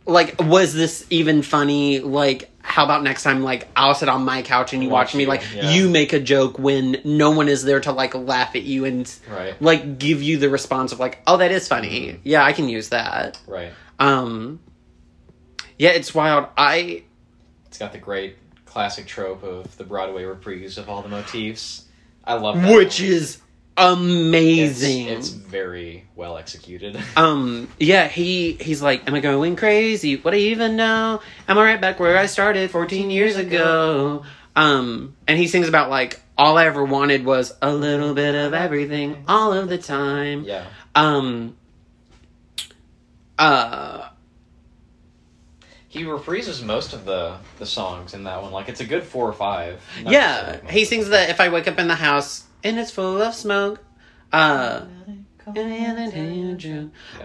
like was this even funny? Like how about next time like I'll sit on my couch and you watch,
Watch
me
you,
like
yeah.
you make a joke when no one is there to like laugh at you and
Right.
like give you the response of like, "Oh, that is funny. Yeah, I can use that."
Right.
Um Yeah, it's wild. I
It's got the great classic trope of the Broadway reprise of all the motifs. I love that.
which
one.
is
It's-
uh, amazing.
It's, very well executed.
um yeah he he's like am i going crazy what do i even know am i right back where i started 14 years ago um and he sings about like all i ever wanted was a little bit of everything all of the time
yeah.
um uh
He reprises most of the the songs in that one. Like it's a good four or five. Not
yeah
just, like,
he sings that if i wake up in the house and it's full of smoke uh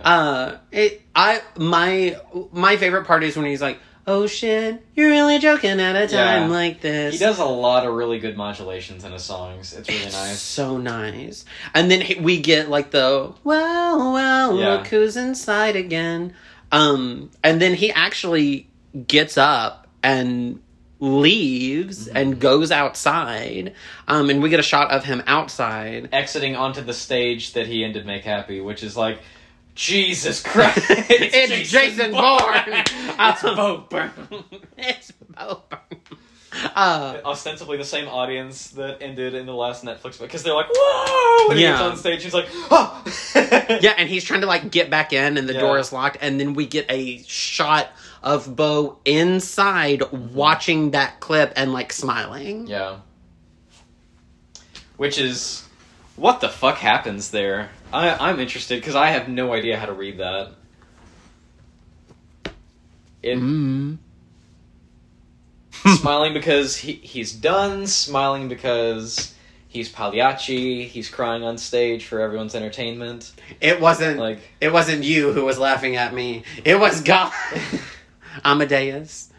Uh, it, I my my favorite part is when he's like, "Oh shit, you're really joking at a time
Yeah.
like this."
He does a lot of really good modulations in his songs. It's really
It's
nice.
So nice. And then he- we get like the well, well,
Yeah.
look who's inside again. Um, and then he actually gets up and leaves
Mm-hmm.
and goes outside. Um, and we get a shot of him outside.
Exiting onto the stage that he ended Make Happy, which is like Jesus Christ. it's,
It's Jason Bourne.
it's Bo Burnham.
it's over. Uh,
ostensibly the same audience that ended in the last Netflix because they're like, "Whoa!" And he gets
Yeah.
on stage, he's like, "Oh!"
yeah, and he's trying to like get back in, and the
Yeah.
door is locked. And then we get a shot of Bo inside watching that clip and like smiling.
Mm-hmm. Yeah. Which is, what the fuck happens there? I I'm interested because I have no idea how to read that. It
Mm.
smiling because he he's done, smiling because he's Pagliacci, he's crying on stage for everyone's entertainment.
It wasn't
Like,
it wasn't you who was laughing at me. It was God. Amadeus.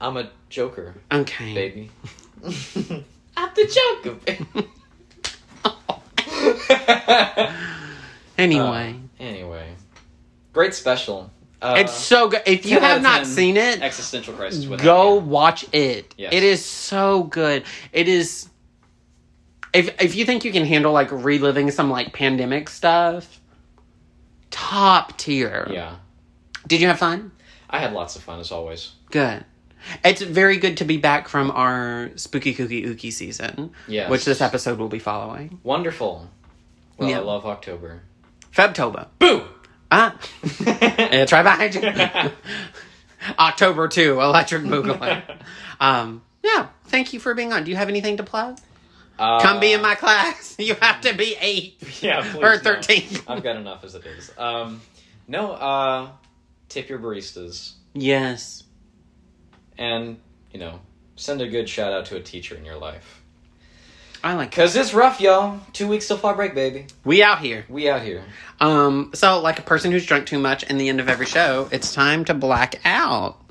I'm a joker,
Okay.
baby. I'm the joker, baby.
Anyway,
anyway, great special. Uh,
it's so good. If you
10 out
have
of
not
10
seen it,
existential crisis. with
go
that, yeah.
watch it
Yes.
it is so good it is if if you think you can handle like reliving some like pandemic stuff top tier
Yeah,
did you have fun
I had lots of fun as always.
good it's very good to be back from our spooky kooky ooky season
Yes.
which this episode will be following
Wonderful. Well,
Yeah.
I love October.
febtober
Boo.
ah it's right behind you october 2 electric boogaloo um yeah thank you for being on do you have anything to plug
Uh,
Come be in my class. You have to be eight
yeah please,
or
no.
thirteen.
I've got enough as it is. Um, no, uh, tip your baristas
Yes.
and, you know, send a good shout out to a teacher in your life.
I like
Because it's rough, y'all. Two weeks till fall break, baby.
We out here.
We out here.
Um, so like a person who's drunk too much in the end of every show, it's time to black out.